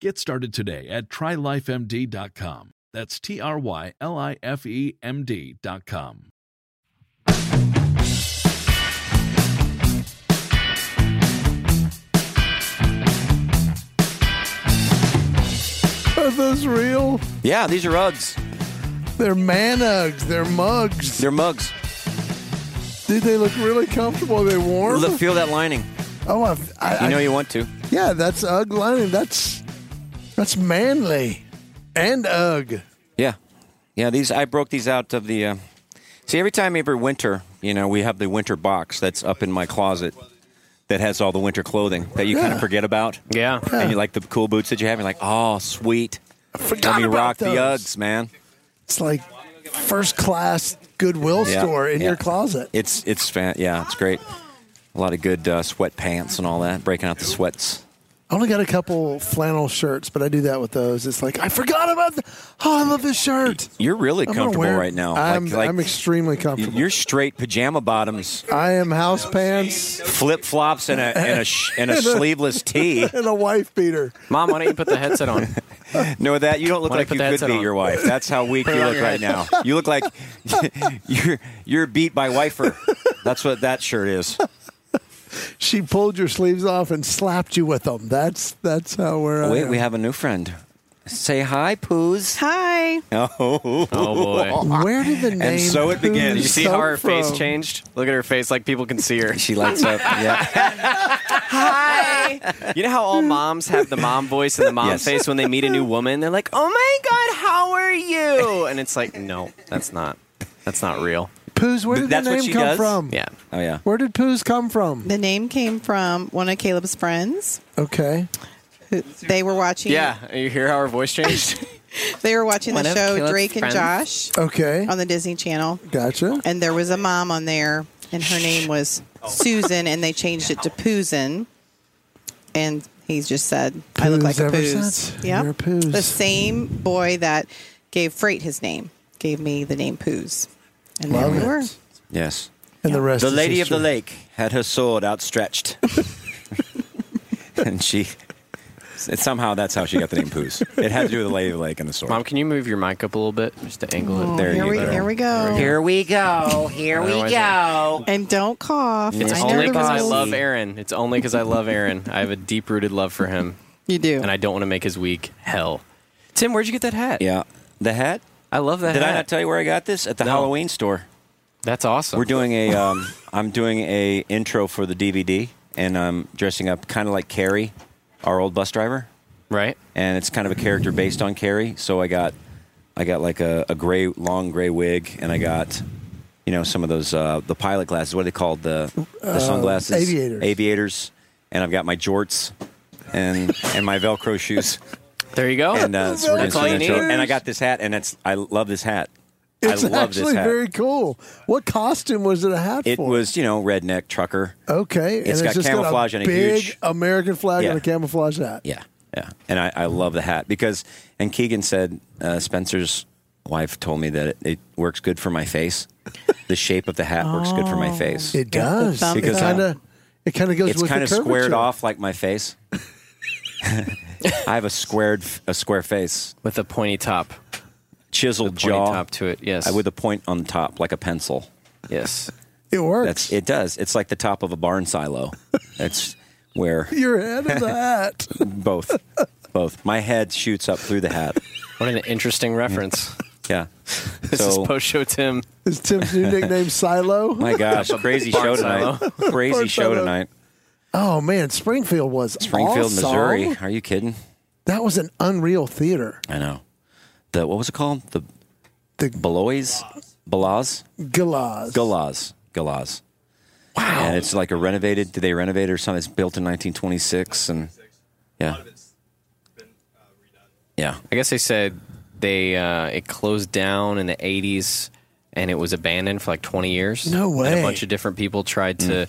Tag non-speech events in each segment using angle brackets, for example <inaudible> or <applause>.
Get started today at trylifemd.com. That's T R Y L I F E M D.com. Are those real? Yeah, these are Uggs. They're man Uggs. They're mugs. They're mugs. Dude, they look really comfortable. Are they warm? Look, feel that lining. oh, I, I, You know I- you want to. yeah, that's Ugg lining. That's that's manly and Ugg. Yeah, yeah. These I broke these out of the. Uh, see, every time every winter, you know, we have the winter box that's up in my closet that has all the winter clothing that you kind Yeah. of forget about. Yeah. And you like the cool boots that you have. You're like, oh, sweet. I forgot Let me about rock those. the Uggs, man. It's like first class Goodwill Yeah, store in yeah. your closet. It's it's fan- yeah, it's great. A lot of good uh, sweatpants and all that. Breaking out the sweats. I only got a couple flannel shirts, but I do that with those. It's like I forgot about. The, oh, I love this shirt. You're really I'm gonna comfortable wear- right now. I'm, like, like I'm extremely comfortable. your straight pajama bottoms, I am house pants flip flops, and a and a sh- <laughs> and a sleeveless tee. and a wife beater. Mom, why don't you put the headset on? <laughs> No, that you don't look Why don't like you put the you could headset beat on? your wife. That's how weak you it on look your right now. You look like <laughs> you're you're beat by wifer. That's what that shirt is. She pulled your sleeves off and slapped you with them. That's that's how we're. Wait, we have a new friend. Say hi, poos. Hi. Oh, Oh boy. <laughs> Where did the name? And so it begins. Poos You You see come how her face from? changed? Look at her face, like people can see her. <laughs> She lights <laughs> up. Yeah. Hi. You know how all moms have the mom voice and the mom Yes. face when they meet a new woman? They're like, oh my God, how are you? And it's like, no, that's not. That's not real. Poos. Where Th- did that's the what name she come does? from? Yeah. Oh yeah. Where did poos come from? The name came from one of Caleb's friends. Okay. Who, they were watching. Yeah. You hear how her voice changed? They were watching One the of show Caleb's Drake friends. and Josh Okay. on the Disney Channel, Gotcha. and there was a mom on there, and her name was Susan, and they changed it to Poozin. And he just said, "I look Poos like a ever poos." since. Yeah, You're a poos. the same boy that gave Freight his name gave me the name Poos, and there Love we it. were. Yes. And the rest. The is lady of the history. lake had her sword outstretched, <laughs> and she. Somehow <laughs> that's how she got the name Poos. It had to do with the lady of the lake and the sword. Mom, can you move your mic up a little bit just to angle it? Oh, There here, you we, go. here we go. we go. Here Otherwise it- go. And don't cough. It's I know only the because I rules. love Aaron. It's only because I love Aaron. I have a deep rooted love for him, You do. and I don't want to make his week hell. Tim, where'd you get that hat? Yeah. The hat? I love that Did hat. I not tell you where I got this? At the No. Halloween store. That's awesome. We're doing a. Um, I'm doing a intro for the DVD, and I'm dressing up kind of like Carrie, our old bus driver, right. and it's kind of a character based on Carrie. So I got, I got like a, a gray, long gray wig, and I got, you know, some of those uh, the pilot glasses. What are they called? The, the sunglasses. aviators. Aviators. And I've got my jorts, and and my Velcro shoes. There you go. and uh, so we're That's doing all you some intro. need. And I got this hat, and it's I love this hat. It's I love actually this hat. very cool. What costume was it a hat it for? was you know redneck trucker. okay. and it's got just camouflage got a and a big huge- American flag and Yeah. a camouflage hat. Yeah, yeah. And I, I love the hat because and Keegan said uh, Spencer's wife told me that it, it works good for my face. the shape of the hat works Oh. good for Oh. my face. It Got the does. thumbs It Because uh, kind of it kind of goes it's with kind the of squared curvature. off like my face. <laughs> I have a squared a square face, With a pointy top. chiseled Pointy jaw top to it. Yes. uh, with a point on top like a pencil. yes. It works. That's it does. It's like the top of a barn silo. That's where <laughs> Your head of the hat. <laughs> both both my head shoots up through the hat. What an interesting reference. Yeah. <laughs> This is post <laughs> show Tim. Is Tim's new nickname Silo? <laughs> <laughs> my gosh, crazy show Barn tonight. Crazy Barn show silo. tonight. oh man, Springfield was Springfield, awesome. Missouri. Are you kidding? That was an unreal theater. I know. The what was it called? The The Beloys? Balaz? Galaz. Galaz. Galaz. Wow. And it's like a renovated. Did they renovate it or something? It's built in 1926, and yeah, yeah. I guess they said they uh, it closed down in the '80s and it was abandoned for like 20 years. No And way. a bunch of different people tried to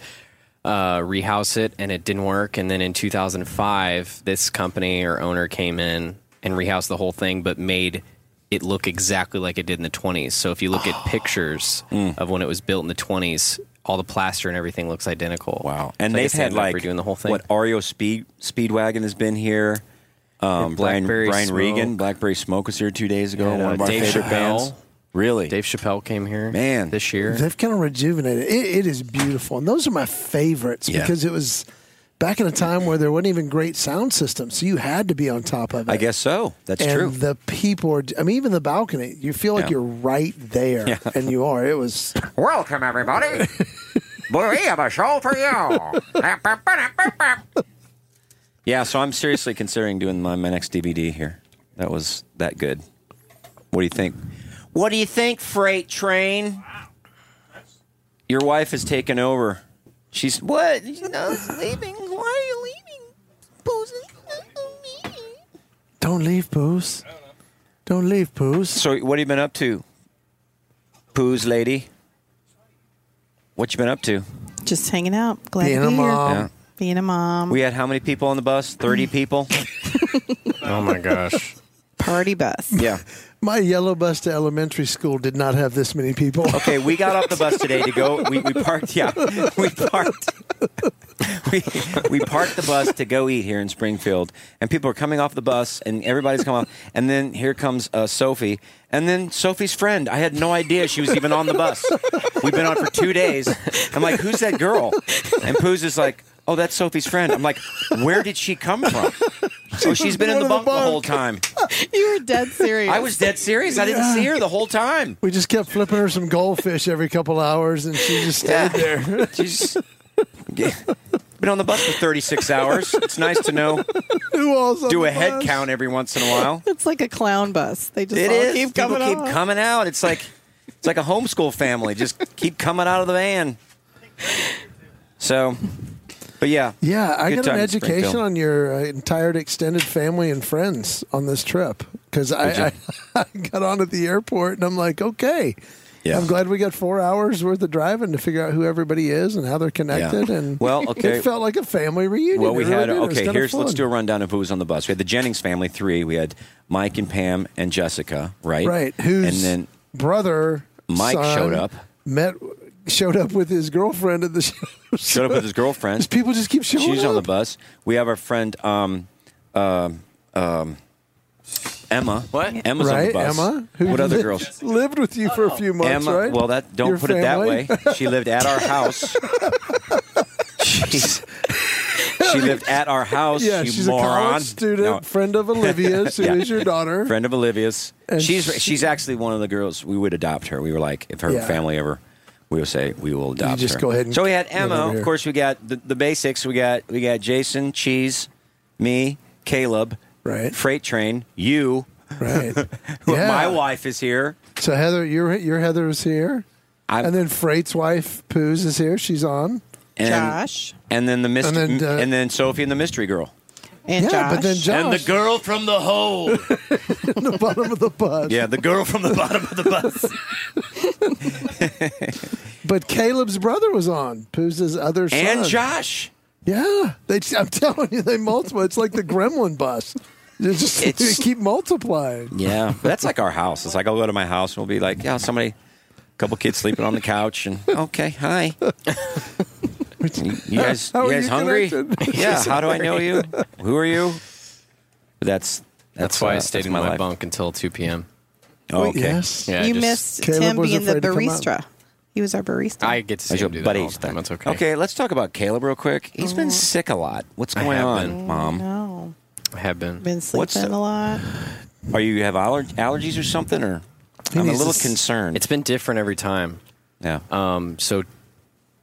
Mm. uh, rehouse it, and it didn't work. And then in 2005, this company or owner came in and rehoused the whole thing, but made it look exactly like it did in the 20s. So if you look <sighs> at pictures Mm. of when it was built in the 20s, all the plaster and everything looks identical. Wow. And So I they've guess they had ended up like redoing the whole thing. What Ario Speed Speedwagon has been here. Um, Brian Blackberry Brian Smoke. Regan, Blackberry Smoke was here two days ago. And, uh, one of our Dave favorite Chappelle. bands. Really, Dave Chappelle came here, Man. this year. They've kind of rejuvenated. It, it is beautiful, and those are my favorites Yeah. because it was back in a time where there wasn't even great sound systems, so you had to be on top of it. I guess so. That's and true. the people are. I mean, even the balcony. You feel like Yeah. you're right there, and you are. It was. Welcome, everybody. we have a show for you. yeah, so I'm seriously considering doing my, my next DVD here. That was that good. What do you think? What do you think, freight train? Your wife has taken over. She's what? You know, leaving. Why are you leaving? Don't leave, Poos. Don't leave, Poos. So, what have you been up to, Poos lady? What you been up to? Just hanging out. Glad Being to a be here. mom. Yeah. Being a mom. We had how many people on the bus? Thirty people. <laughs> Oh my gosh. Party bus. Yeah. <laughs> My yellow bus to elementary school did not have this many people. Okay, we got off the bus today to go. We, we parked. Yeah, we parked. We, we parked the bus to go eat here in Springfield, and people are coming off the bus, and everybody's coming off. And then here comes uh, Sophie, and then Sophie's friend. I had no idea she was even on the bus. We've been on for two days. I'm like, who's that girl? And Poos is like, oh, that's Sophie's friend. I'm like, where did she come from? oh, she's been in one the of the bunk the bunk. whole time. <laughs> you were dead serious. I was dead serious. I didn't see her the whole time. We just kept flipping her some goldfish every couple hours, and she just stayed there. <laughs> She's been on the bus for 36 hours. It's nice <laughs> to know. Who else? on Do the a head bus? count every once in a while. <laughs> It's like a clown bus. They just It all is. keep People coming keep on. coming out. It's like it's like a homeschool family. Just keep coming out of the van. So, but yeah, Yeah, I Good got an time in education Springfield. on your uh, entire extended family and friends on this trip because I, I, I <laughs> got on at the airport and I'm like, okay, Yeah. I'm glad we got four hours worth of driving to figure out who everybody is and how they're connected. And Well, okay. it felt like a family reunion. Well, we It really had did. It was okay. kinda Here's let's fun. do a rundown of who was on the bus. We had the Jennings family, three. We had Mike and Pam and Jessica, right? right. Who's and then brother Mike son, showed up. met showed up with his girlfriend at the show. showed up with his girlfriend. <laughs> People just keep showing She's up. on the bus. We have our friend um, um, um, Emma. What? Emma's on the right, bus. Emma. what other lived- <laughs> girls? lived with you for a few months? Emma. right? Well, that don't Your put it family? that way. She lived at our <laughs> house. She's, she lived at our house. Yeah, you she's moron. a college student, No, friend of Olivia's, who is <laughs> Yeah. your daughter. friend of Olivia's. And she's she- she's actually one of the girls we would adopt her. We were like, if her Yeah. family ever, we would say we will adopt just her. go ahead and so we had live over Emma. Of here. course, we got the, the basics. We got we got Jason, Cheese, me, Caleb, Right. Freight Train, you. <laughs> Right. Yeah. My wife is here. So Heather, your your Heather is here, I'm, and then Freight's wife Poos is here. She's on. and, Josh and then the mystery, And and then, then, uh, Sophie and the mystery girl, and yeah, Josh. but then Josh girl from the <laughs> hole. in the bottom of the bus. yeah, the girl from the bottom of the bus. <laughs> But Caleb's brother was on. Poos' other son. and Josh. Yeah. They, I'm telling you, they multiply. It's like the Gremlin bus. They just <laughs> they It's- keep multiplying. Yeah, that's like our house. It's like I'll go to my house and we'll be like, yeah, somebody, a couple kids sleeping on the couch, and okay, hi. you, you guys, How you are guys you hungry? connected? <laughs> Yeah. How do I know you? <laughs> Who are you? But that's that's, That's why uh, I stayed that's in my life. bunk until 2 p.m. Oh, okay. Yes. Yeah, I you just- missed Caleb Tim was being the afraid to come out. barista. He was our barista. I get to see That's him your do that all buddies. the time. That's okay. Okay, let's talk about Caleb real quick. He's been sick a lot. What's going have on, been. Mom? no, I have been. been sleeping What's the- a lot. Are you have aller- allergies or something? Or I'm a little concerned. It's been different every time. Yeah. Um. So,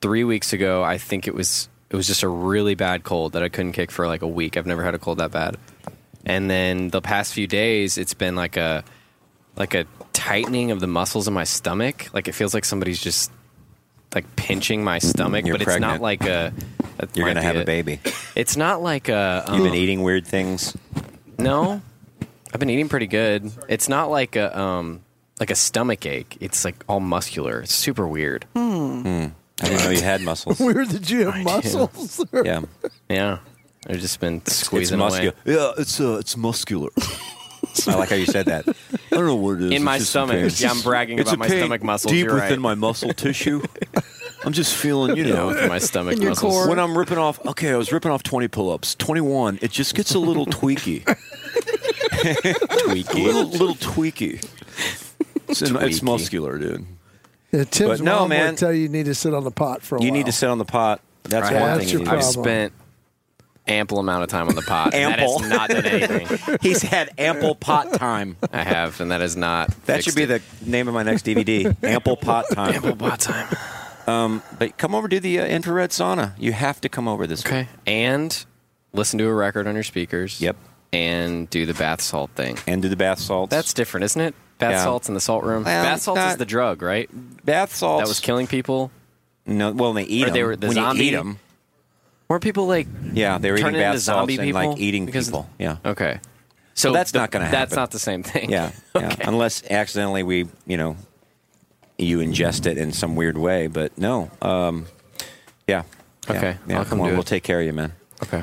three weeks ago, I think it was it was just a really bad cold that I couldn't kick for like a week. I've never had a cold that bad. And then the past few days, it's been like a like a tightening of the muscles in my stomach. Like it feels like somebody's just like pinching my stomach, You're but it's pregnant. not like a. that You're might gonna be have a it. baby. It's not like a. um, You've been eating weird things. No, I've been eating pretty good. It's not like a um like a stomach ache. It's like all muscular. It's super weird. Hmm. I didn't know you <laughs> had muscles. Where did you have <laughs> muscles? Yeah. Yeah. I've just been squeezing it's away. muscu- Yeah, it's uh, it's muscular. I like how you said that. <laughs> I don't know what it is. In It's my just a stomach. pain. It's Yeah, I'm just- bragging it's about a my pain stomach muscles. Deep You're right. within my muscle <laughs> tissue. I'm just feeling, you Yeah, know, within my stomach In your muscles. core. When I'm ripping off, okay, I was ripping off 20 pull-ups, 21. It just gets a little <laughs> tweaky. tweaky, little, little tweaky. It's, in- it's Tweaky. muscular, dude. Yeah, Tim's But no, mom man. would tell you you need to sit on the pot for a You while. need to sit on the pot. That's I one have- thing. you your need to I've do. spent ample amount of time on the pot. and Uh, that has Ample. not done anything. <laughs> He's had ample pot time. I have, and that is not. That should be the name of my next <laughs> DVD. Ample pot time. Ample pot time. Um, but come over to the uh, infrared sauna. You have to come over this okay. And listen to a record on your speakers. Yep. And do the bath salt thing. And do the bath salts. That's different, isn't it? Bath Yeah. salts in the salt room. Well, bath salts is not- the drug, right? Bath salts. That was killing people. No, well, they eat Or 'em. they were the when zombie- you eat 'em- Weren't people like <laughs> yeah, they were turn eating into bath salts zombie and people like eating Because- people. Yeah. Okay. So, So that's the- not going to happen. that's not the same thing. <laughs> Yeah. yeah. Unless accidentally we, you know, you ingest it in some weird way, but no. Um, yeah. Yeah. Okay. Yeah. I'll come on, do we'll it. take care of you, man. Okay.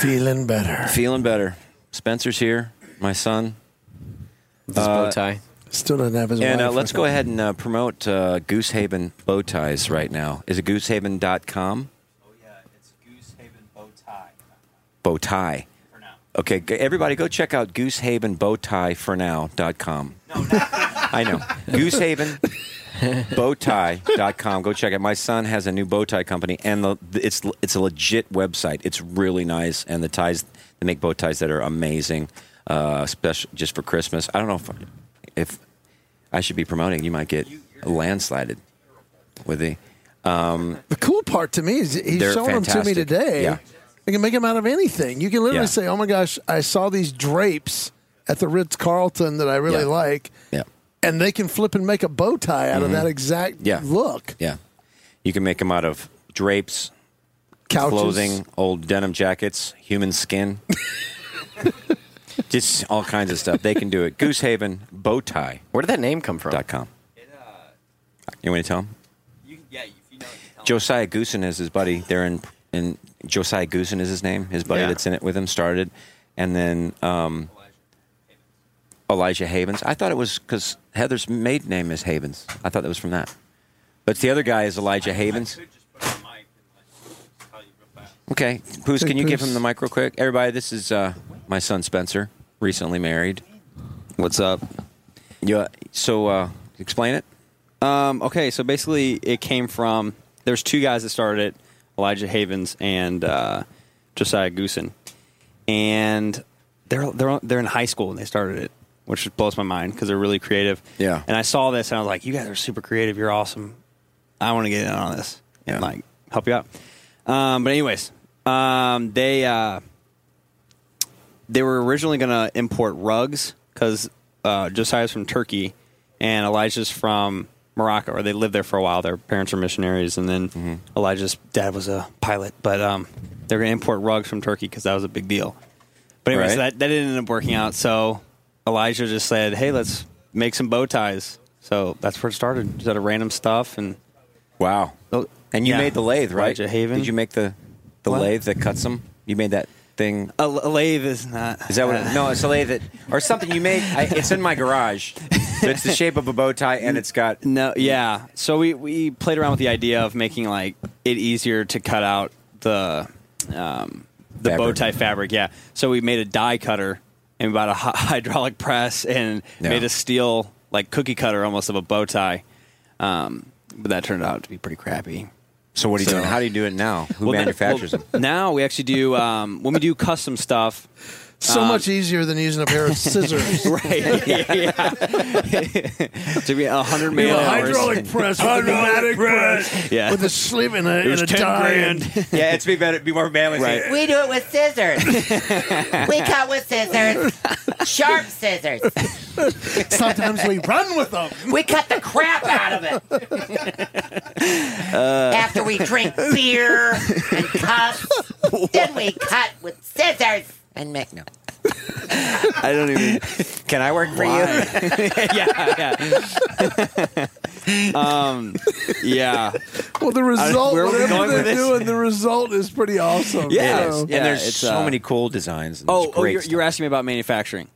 Feeling better. Feeling better. Spencer's here. My son. Uh, This bow tie. Still doesn't have his And uh, wife. let's go ahead and uh, promote uh, Goosehaven bow ties right now. Is it goosehaven.com? Bow tie. For now. Okay, g- everybody go check out goosehavenbowtiefornow.com. No, <laughs> I know. Goosehavenbowtie.com. Go check it. My son has a new bow tie company, and the, it's it's a legit website. It's really nice, and the ties they make bow ties that are amazing, uh, special just for Christmas. I don't know if if I should be promoting. You might get landslided with the. Um, The cool part to me is he's They're showing them to me fantastic. today. Yeah. I can make them out of anything. You can literally Yeah. say, "Oh my gosh, I saw these drapes at the Ritz Carlton that I really Yeah. like," yeah. and they can flip and make a bow tie out of Mhm. that exact Yeah. look. Yeah. You can make them out of drapes, Couches. clothing, old denim jackets, human <laughs> skin. Just all kinds of stuff. They can do it. Goosehaven bow tie. Where did that name come from? Dot com. You want me to tell him? Josiah Goosen is his buddy. They're in, in Josiah Goosen is his name. His buddy Yeah. that's in it with him started, and then um, Elijah Havens. I thought it was because Heather's maiden name is Havens. I thought that was from that, but the other guy is Elijah Havens. Okay, Poos, Hey, can you give Poos. him the mic real quick? Everybody, this is uh, my son Spencer, recently married. What's up? Yeah. So uh, explain it. Um, okay, so basically, it came from there's two guys that started it, Elijah Havens and uh, Josiah Goosen, and they're they're they're in high school and they started it, which blows my mind because they're really creative. Yeah. And I saw this and I was like, "You guys are super creative. You're awesome. I want to get in on this and like help you out." Um, but anyways, um, they uh, they were originally going to import rugs because uh, Josiah's from Turkey and Elijah's from Morocco, or they lived there for a while. Their parents were missionaries, and then Elijah's dad was a pilot. But um, they're going to import rugs from Turkey because that was a big deal. But anyways, Right. that, that didn't end up working out. So Elijah just said, "Hey, let's make some bow ties." So that's where it started. Just out of random stuff and wow. And you made the lathe, right? Oh, Elijah Haven. Did you make the the What? lathe that cuts them? You made that thing. A, a lathe is not. Is that what? It, no, it's a lathe that, or something you made. I, it's in my garage. So it's the shape of a bow tie, and it's got no. Yeah. So we we played around with the idea of making like it easier to cut out the um, the bow Fabric. tie fabric. Yeah. So we made a die cutter and bought a hy- <laughs> hydraulic press and Yeah. made a steel like cookie cutter almost of a bow tie. Um, but that turned out to be pretty crappy. So what are you So- doing? How do you do it now? Who Well, no- manufactures well, them? Now we actually do um, when we do custom stuff. So Uh, um, much easier than using a <laughs> pair of scissors. right. yeah. to be a hundred We million have a hours. <laughs> hydraulic press, with a pneumatic press, Yeah. with a sleeve and a, It was and a 10 tie. <laughs> yeah, it's be better, be more manly. Right. We do it with scissors. we cut with scissors, sharp scissors. Sometimes we run with them. We cut the crap out of it Uh. after we drink beer and cuss. <laughs> then we cut with scissors and make no. I don't even. <laughs> Can I work for you? <laughs> <laughs> yeah, <laughs> yeah. um, yeah. Well, the I- result, where are we going whatever with they're this? doing, the result is pretty awesome. Yeah, so. it is. and there's it's, so uh, many cool designs. and Oh, it's oh great you're, stuff. you're asking me about manufacturing.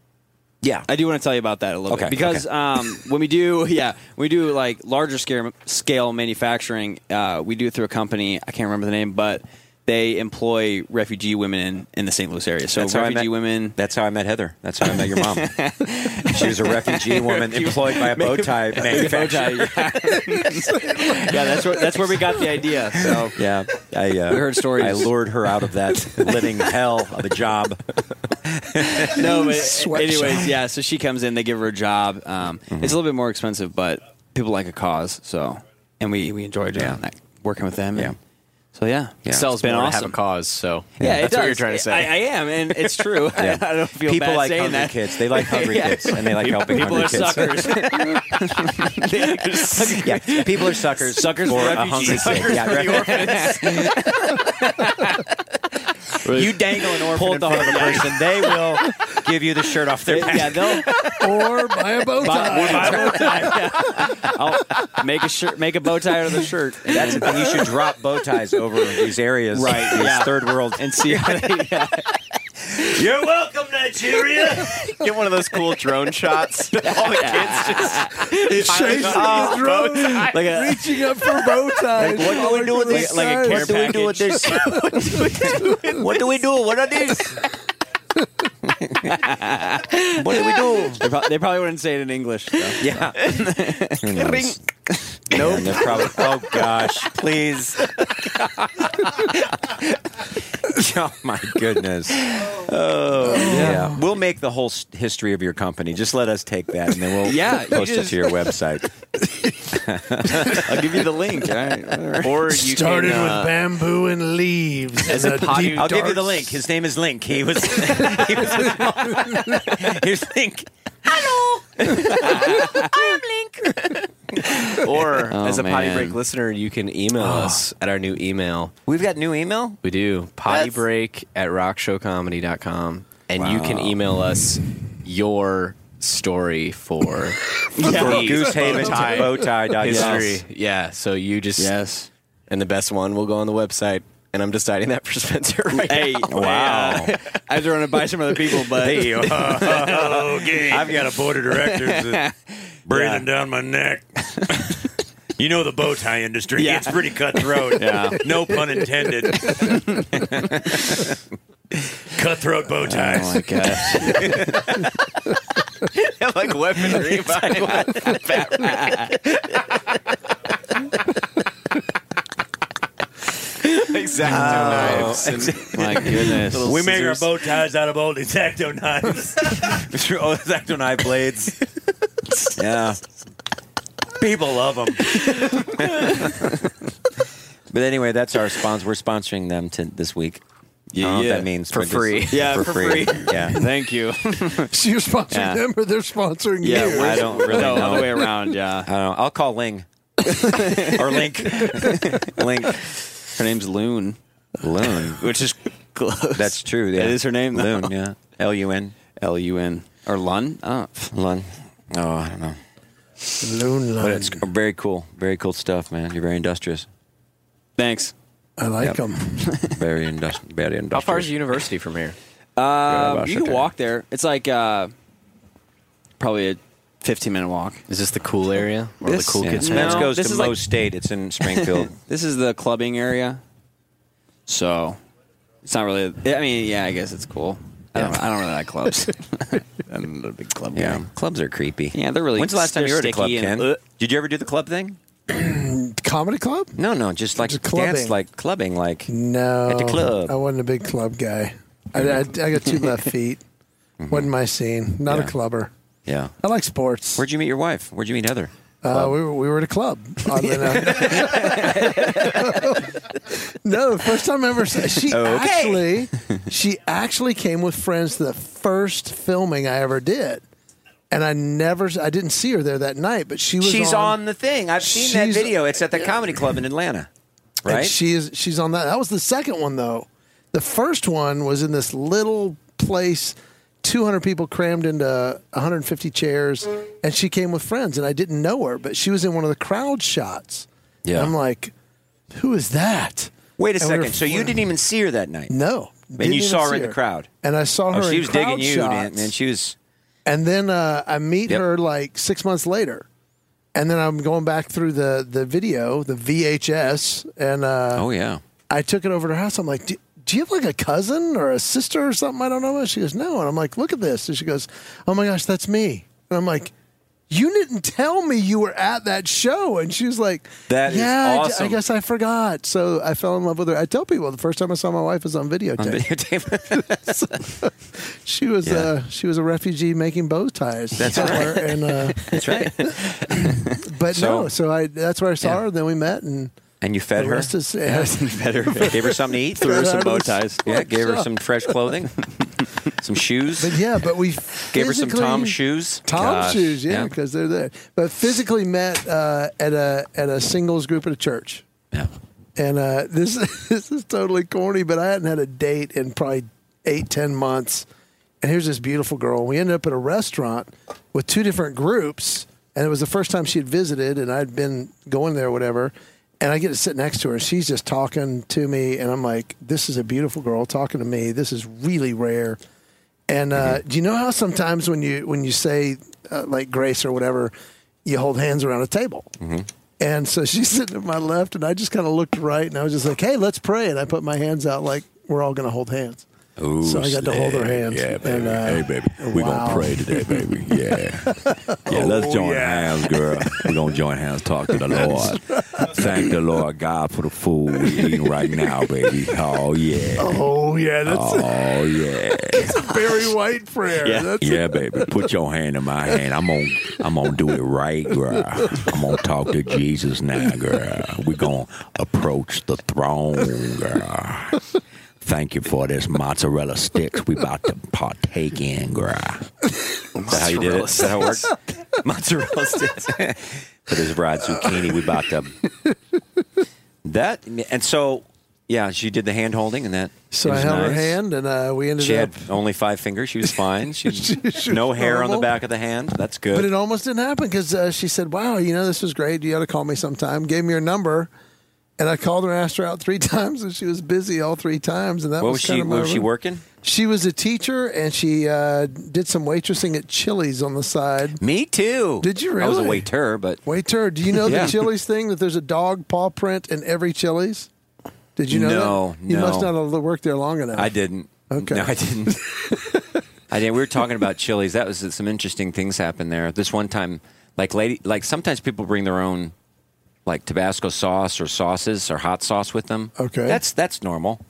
Yeah, I do want to tell you about that a little Okay, bit because okay. <laughs> um, when we do, yeah, when we do like larger scale scale manufacturing. Uh, we do it through a company. I can't remember the name, but they employ refugee women in, in the St. Louis area. So That's how I refugee met- women. That's how I met Heather. That's how I met your <laughs> mom. she was a refugee woman employed by a bow tie manufacturer. yeah, that's where, that's where we got the idea. So Yeah, I uh, We heard stories. I lured her out of that living hell of a job. <laughs> no, but Sweatshop. anyways, yeah. So she comes in, they give her a job. Um, It's a little bit more expensive, but people like a cause, so and we we enjoy doing Yeah. that, working with them. Yeah. and- so yeah, Yeah. It's Sells been more to awesome. have a cause. So Yeah, it that's what you're does. trying to say. I, I am, and it's true. <laughs> Yeah. I, don't feel people bad like saying hungry that. kids. <laughs> They like hungry Yeah. kids, and they like helping People hungry are kids. <laughs> suckers. <laughs> yeah, people are suckers. Suckers for for a refugees. hungry Suckers kid. for Yeah, the <laughs> you dangle an orphan Pull <laughs> the heart of a person. They will give you the shirt off their back. Yeah, they'll or buy a bow tie. I'll Oh, make a shirt, make a bow tie out of the shirt. <laughs> That's the thing. You should drop bow ties over these areas, Right, These yeah. <laughs> third world. and see how <laughs> they, yeah. You're welcome, <laughs> Nigeria. Get one of those cool drone <laughs> Oh, shots. All the kids just Chasing the <laughs> drone, like a reaching up for bow ties. what do we do with like, this? like a care what do we package. do with this? <laughs> what do we do? What are these? What do we do? They, prob- they probably wouldn't say it in English. though. <laughs> Yeah. Who knows? <laughs> No, they're probably. Oh gosh, please. oh my goodness. Oh yeah. We'll make the whole s- history of your company. Just let us take that, and then we'll Yeah, you post it just- to your website. I'll give you the link. All right, <laughs> whatever. or you Started can, with uh, bamboo and leaves. as and a pot- deep I'll give you dark the link. His name is Link. He was. <laughs> he was <laughs> Here's Link. <laughs> <laughs> or Oh, as a potty man. break listener, you can email us at our new email. We've got new email. We do potty break at rockshowcomedy.com, and you can email us your story for From Goosehaven Bowtie. to bowtie. history. Yeah, so you just Yes. and the best one will go on the website, and I'm deciding that for <laughs> Spencer right Hey, now. <laughs> wow. I have to run it by some other people, but <laughs> okay. I've got a board of directors <laughs> that's breathing down my neck. you know the bow tie <laughs> industry. Yeah. It's pretty <laughs> cutthroat. <laughs> Yeah. No pun <laughs> intended. <laughs> cutthroat bow ties. Oh my gosh. <laughs> <laughs> like weaponry. Oh, exactly. <laughs> My goodness. we make our bow ties out of old exacto knives. oh, exacto knife blades. yeah. People love them. <laughs> But anyway, that's our sponsor. We're sponsoring them to this week. I don't know Yeah. what that means For but just- free. Yeah, for, for free. free. <laughs> yeah. Thank <laughs> you. So you're sponsoring Yeah. them, or they're sponsoring Yeah, you. I don't really no, know. other way around. Yeah. I don't know. I'll <laughs> call Ling or Link. <laughs> <laughs> Link Her name's Loon, Loon. which is close. That's true. Yeah. That is her name, though. Loon. Yeah. L U N. L U N or Lun. Oh, pff. Lun. Oh, I don't know. Loon But line. it's very cool. Very cool stuff, man. You're very industrious. thanks. I like them. <laughs> Very industrious. Very industrious. How far is university from here? Um, about you can Shakira. walk there. It's like uh, probably a 15 minute walk. Is this the cool area where This- the cool yeah. kids? No. hang out? This goes this to is Mo like- State. It's in Springfield. <laughs> This is the clubbing area, so it's not really. I mean, yeah, I guess it's cool. I, don't, I don't really like <laughs> <laughs> clubs. I'm not a big club yeah. guy. Clubs are creepy. Yeah, they're really uh, When's the last time they're you were at a club, sticky Ken? and- Did you ever do the club thing? <clears throat> comedy club? No, no, just like clubbing. dance, like clubbing, like No, at the club. I wasn't a big club guy. I, I, I got two left feet. Wasn't my scene. Not Yeah. a clubber. Yeah. I like sports. Where'd you meet your wife? Where'd you meet Heather? Uh, we, were, we were at a club. uh, oddly enough. <laughs> no, the first time I ever. She actually, Okay. she actually came with friends to the first filming I ever did, and I never, I didn't see her there that night. But she was. She's on, on the thing. I've seen that She's- video. It's at the comedy club in Atlanta, and right? she is. She's on that. That was the second one though. The first one was in this little place, 200 people crammed into 150 chairs, and she came with friends, and I didn't know her, but she was in one of the crowd shots. Yeah. And I'm like, who is that? Wait a And we were second. So you flipping- didn't even see her that night? No. And didn't you even saw her see in the crowd. And I saw her. Oh, she in was crowd digging you, shots. man. man. She was. And then uh, I meet her like six months later, and then I'm going back through the the video, the VHS, and uh, Oh yeah. I took it over to her house. I'm like, do, do you have like a cousin or a sister or something I don't know about? She goes, no. And I'm like, look at this. And she goes, oh my gosh, that's me. And I'm like, you didn't tell me you were at that show. And she was like, That is yeah, I d- I, awesome." guess I forgot. So I fell in love with her. I tell people the first time I saw my wife was on videotape. On videotape. she was uh, she was a refugee making bow ties. That's somewhere, right. And, uh, That's right. <laughs> But So- no, so I that's where I saw her. Then we met and. And you fed The her. rest is- <laughs> yeah. <laughs> fed her. Gave her something to eat. Threw her some bow ties. Yeah. Gave her Sure. some <laughs> fresh clothing. some shoes. But yeah, but we Gave her some Tom physically- shoes. Tom Gosh, shoes, yeah, yeah. because they're there. But physically met uh, at a at a singles group at a church. Yeah. And uh, <laughs> this this is totally corny, but I hadn't had a date in probably eight ten months. And here's this beautiful girl. We ended up at a restaurant with two different groups, and it was the first time she had visited, and I'd been going there, or whatever. And I get to sit next to her, and she's just talking to me, and I'm like, "This is a beautiful girl talking to me. This is really rare." And uh, Mm-hmm. do you know how sometimes when you when you say uh, like grace or whatever, you hold hands around a table. Mm-hmm. And so she's <laughs> sitting to my left, and I just kind of looked right, and I was just like, "Hey, let's pray." And I put my hands out like we're all going to hold hands. Ooh, so I got to hold her slay. hands. Yeah, baby. And, uh, hey, baby. We're wow. gonna pray today, <laughs> baby. Yeah. <laughs> Yeah, let's join hands, girl. We're gonna join hands, talk to the Lord. Thank the Lord God for the food we're eating right now, baby. Oh yeah. Oh yeah, that's Oh yeah. a very white prayer. That's yeah, baby. Put your hand in my hand. I'm gonna I'm gonna do it right, girl. I'm gonna talk to Jesus now, girl. We're gonna approach the throne, girl. Thank you for this mozzarella sticks we about to partake in, girl. Is that how you did it? Is that how it works? Mozzarella sticks. <laughs> For this ride zucchini we about to That and so, yeah, she did the hand holding and that. So it I was held her nice. hand, and uh, we ended She up. had only five fingers. She <laughs> was fine. She, she no was hair on normal. the back of the hand. That's good. But it almost didn't happen because uh, she said, "Wow, you know this was great. You got to call me sometime." Gave me her number, and I called her, and asked her out three <laughs> times, and she was busy all three times. And that what was, was, she? kind of my Was she route. working? She was a teacher, and she uh, did some waitressing at Chili's on the side. Me too. Did you I was a really? waiter, but Waiter, do you know Yeah. the Chili's thing that there's a dog paw print in every Chili's? Did you know No, that? You no. must not have worked there long enough. I didn't. Okay. No, I <laughs> didn't. I didn't. We were talking about chilies. That was some interesting things happened there. This one time, like lady, like sometimes people bring their own, like Tabasco sauce or sauces or hot sauce with them. Okay. That's that's normal.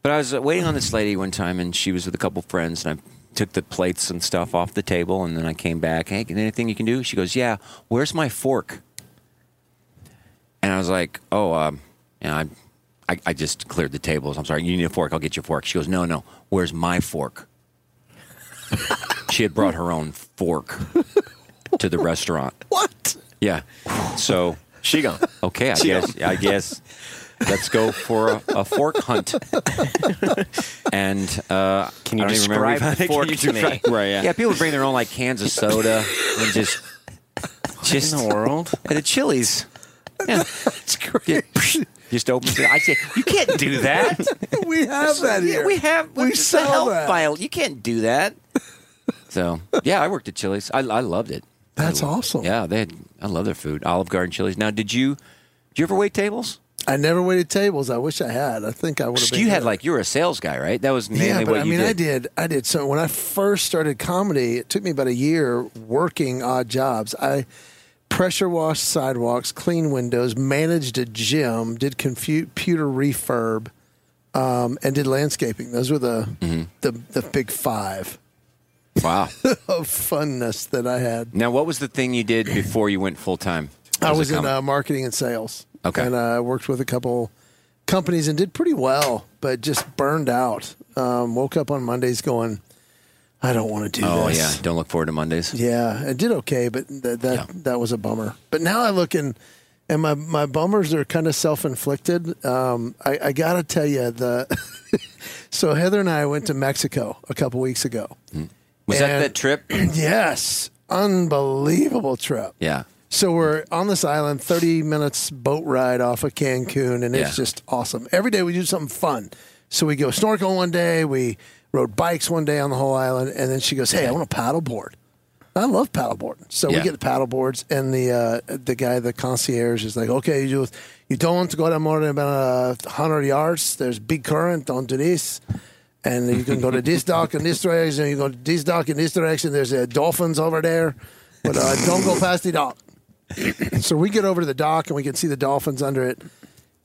But I was uh, waiting on this lady one time, and she was with a couple friends, and I took the plates and stuff off the table, and then I came back. Hey, anything you can do? She goes, Yeah. Where's my fork? And I was like, oh, um, you know, I'm- I, I just cleared the tables. I'm sorry. You need a fork. I'll get you a fork. She goes, no, no. Where's my fork? she had brought her own fork to <laughs> the restaurant. What? Yeah. So she gone. Okay. I She guess. I guess. Let's go for a, a fork hunt. and uh, Can you I don't even remember describe the if- can fork you to me? describe- <laughs> Right, yeah. Yeah. People bring their own like cans of soda <laughs> and just just in <laughs> the world at a Chili's. <laughs> Yeah. That's great. <laughs> Just open. it. I say you can't do that. <laughs> we have that Yeah, here. we have. We it's sell a health that. file. You can't do that. So yeah, I worked at Chili's. I, I loved it. That's awesome. Yeah, they had. I love their food. Olive Garden Chili's. Now, did you? Did you ever wait tables? I never waited tables. I wish I had. I think I would have. So been you good. had like you were a sales guy, right? That was mainly Yeah, but what I you mean, did. I did. I did. So when I first started comedy, it took me about a year working odd jobs. I pressure washed sidewalks, clean windows, managed a gym, did confu- computer refurb, um, and did landscaping. Those were the the, the big five <laughs> Mm-hmm. Wow. of funness that I had. Now, what was the thing you did before you went full time? I was in uh, marketing and sales. Okay. And uh, I worked with a couple companies and did pretty well, but just burned out. Um, woke up on Mondays going, I don't want to do Oh this. yeah, don't look forward to Mondays. Yeah, I did okay, but th- that that was a bummer. But now I look and and my my bummers are kind of self inflicted. Um, I, I gotta tell you the. <laughs> so Heather and I went to Mexico a couple weeks ago. Was that And- that trip? <clears throat> yes, unbelievable trip. <laughs> Yeah. So we're on this island, 30 minutes boat ride off of Cancun, and it's Yeah. just awesome. Every day we do something fun. So we go snorkel one day, we rode bikes one day on the whole island, and then she goes, "Hey, I want a paddleboard." I love paddleboarding, so Yeah. we get the paddleboards, and the uh, the guy, the concierge, is like, "Okay, you do, you don't want to go down more than about uh, hundred yards. There's big current. Don't do this." and you can go to this dock in this direction. You go to this dock in this direction. There's uh, dolphins over there, but uh, don't go past the dock. so we get over to the dock and we can see the dolphins under it.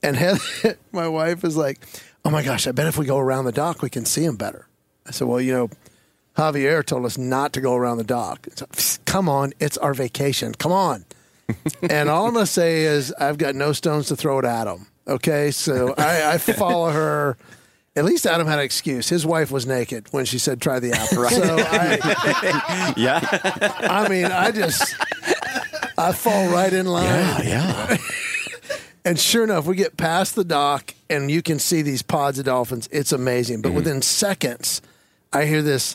And Heather, <laughs> my wife is like, "Oh my gosh, I bet if we go around the dock, we can see them better." I said, "Well, you know, Javier told us not to go around the dock. It's like, Come on, it's our vacation. Come <laughs> on." and all I'm gonna say is I've got no stones to throw it at him. Okay, so I, I follow her. At least Adam had an excuse. His wife was naked when she said, "Try the apple." So yeah. I mean, I just I fall right in line. Yeah, and sure enough, we get past the dock, and you can see these pods of dolphins. It's amazing. Mm-hmm. But within seconds, I hear this.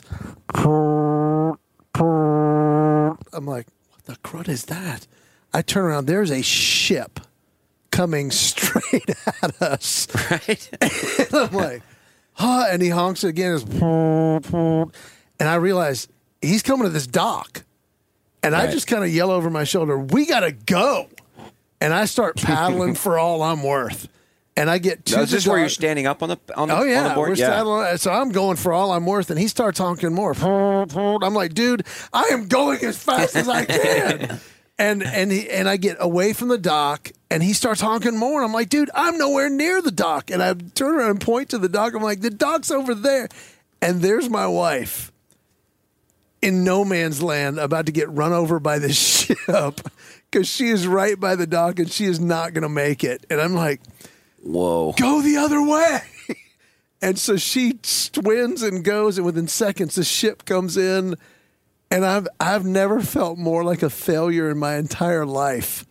I'm like, what the crud is that? I turn around. There's a ship coming <laughs> straight at us. Right. <laughs> and I'm like, huh? And he honks again. It's, and I realize he's coming to this dock. And I Right. just kind of yell over my shoulder, we got to go. And I <laughs> start paddling for all I'm worth. And I get to That was the this where you're dock. standing up on the on the, Oh yeah, on the board? we're saddling. So I'm going for all I'm worth, and he starts honking more. <laughs> I'm like, dude, I am going as <laughs> fast as <laughs> I can. And and he, and I get away from the dock, and he starts honking more. And I'm like, dude, I'm nowhere near the dock. And I turn around and point to the dock. I'm like, the dock's over there, and there's my wife in no man's land about to get run over by this <laughs> ship because she is right by the dock and she is not going to make it. And I'm like, whoa, go the other way. <laughs> and so she swings and goes, and within seconds, the ship comes in. And I've, I've never felt more like a failure in my entire life.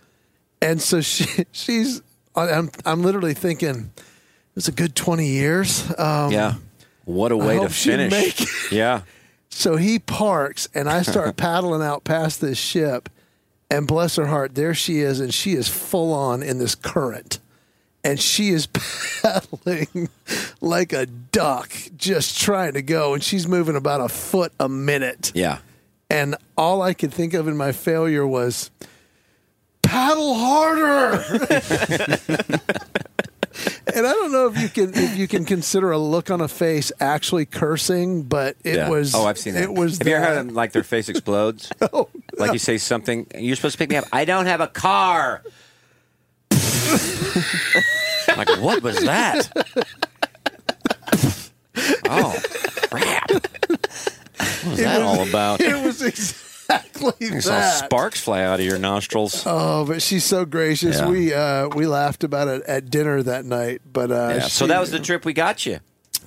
And so she, <laughs> she's, I- I'm, I'm literally thinking, it's a good 20 years. Um, yeah. What a I way to hope she finish. make Yeah. so he parks, and I <laughs> start paddling out past this ship. And bless her heart, there she is, and she is full on in this current. And she is <laughs> paddling like a duck, just trying to go. And she's moving about a foot a minute. Yeah. And all I could think of in my failure was paddle harder. <laughs> and I don't know if you can if you can consider a look on a face actually cursing, but it Yeah. was Oh, I've seen that. it was Have you ever that. Oh, had them like their face <laughs> explodes? Like you say something, you're supposed to pick me up. I don't have <laughs> a car. like what was that? oh, crap! What was It that was- all about? It was exactly <laughs> I saw that. sparks fly out of your nostrils. Oh, but she's so gracious. Yeah. We uh, we laughed about it at dinner that night. But uh, Yeah, so she- that was the trip we got you.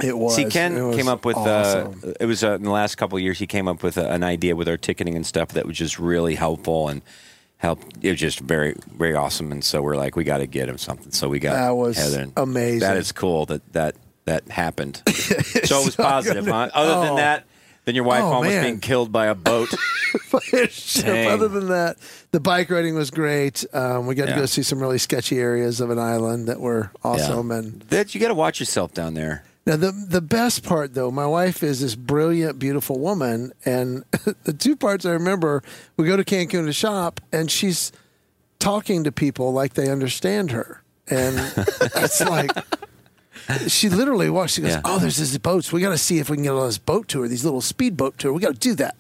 It was. See, Ken It was came up with awesome. <laughs> uh, it was uh, in the last couple of years. He came up with uh an idea with our ticketing and stuff that was just really helpful and helped. It was just very very awesome. And so we're like, we got to get him something. So we got That was Heather and- amazing. That is cool that that <laughs> that happened. so it was So positive. good. Huh? Other Oh. than that, then your wife Oh, almost man. being killed by a boat. <laughs> Shit, Dang. Other than that, the bike riding was great. Um, we got Yeah. to go see some really sketchy areas of an island that were awesome. Yeah. And that you got to watch yourself down there. now the the best part though, my wife is this brilliant, beautiful woman, and <laughs> the two parts I remember, we go to Cancun to shop, and she's talking to people like they understand her, and <laughs> it's like. She literally walks. She goes, Yeah. "Oh, there's these boats. We got to see if we can get on this boat tour, these little speedboat tour. We got to do that."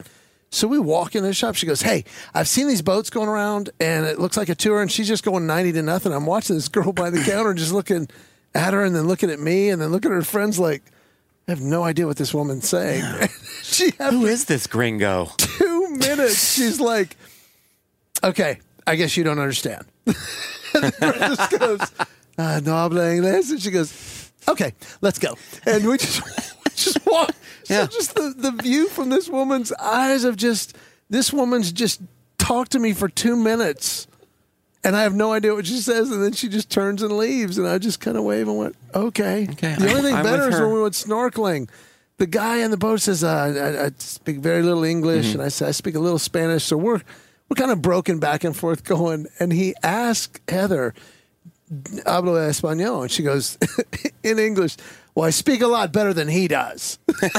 So we walk in the shop. She goes, Hey, I've seen these boats going around and it looks like a tour. And she's just going 90 to nothing. I'm watching this girl by the counter just looking at her and then looking at me and then looking at her friends like, I have no idea what this woman's saying. she had Who is this gringo? <laughs> two minutes. She's like, Okay, I guess you don't understand. <laughs> and the girl just goes, uh, No habla inglés. And she goes, Okay, let's go. And we just, <laughs> we just walk. So just the, the view from this woman's eyes of just, this woman's just talked to me for two minutes. And I have no idea what she says. And then she just turns and leaves. And I just kind of wave and went, okay. okay the only thing I'm with better is her. when we went snorkeling. The guy in the boat says, uh, I, I speak very little English. Mhm. And I said, I speak a little Spanish. So we're, we're kind of broken back and forth going. And he asked Heather, hablo español. And she goes, <laughs> in English, well, I speak a lot better than he <laughs> does. and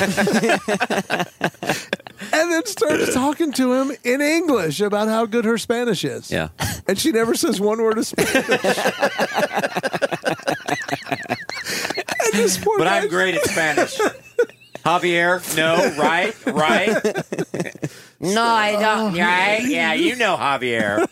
then starts talking to him in English about how good her Spanish is. Yeah. And she never says one word of <laughs> Spanish. and this poor But guy- I'm great at Spanish. Javier, no, right, right. No, I don't. Right? <laughs> Yeah, <laughs> you know Javier.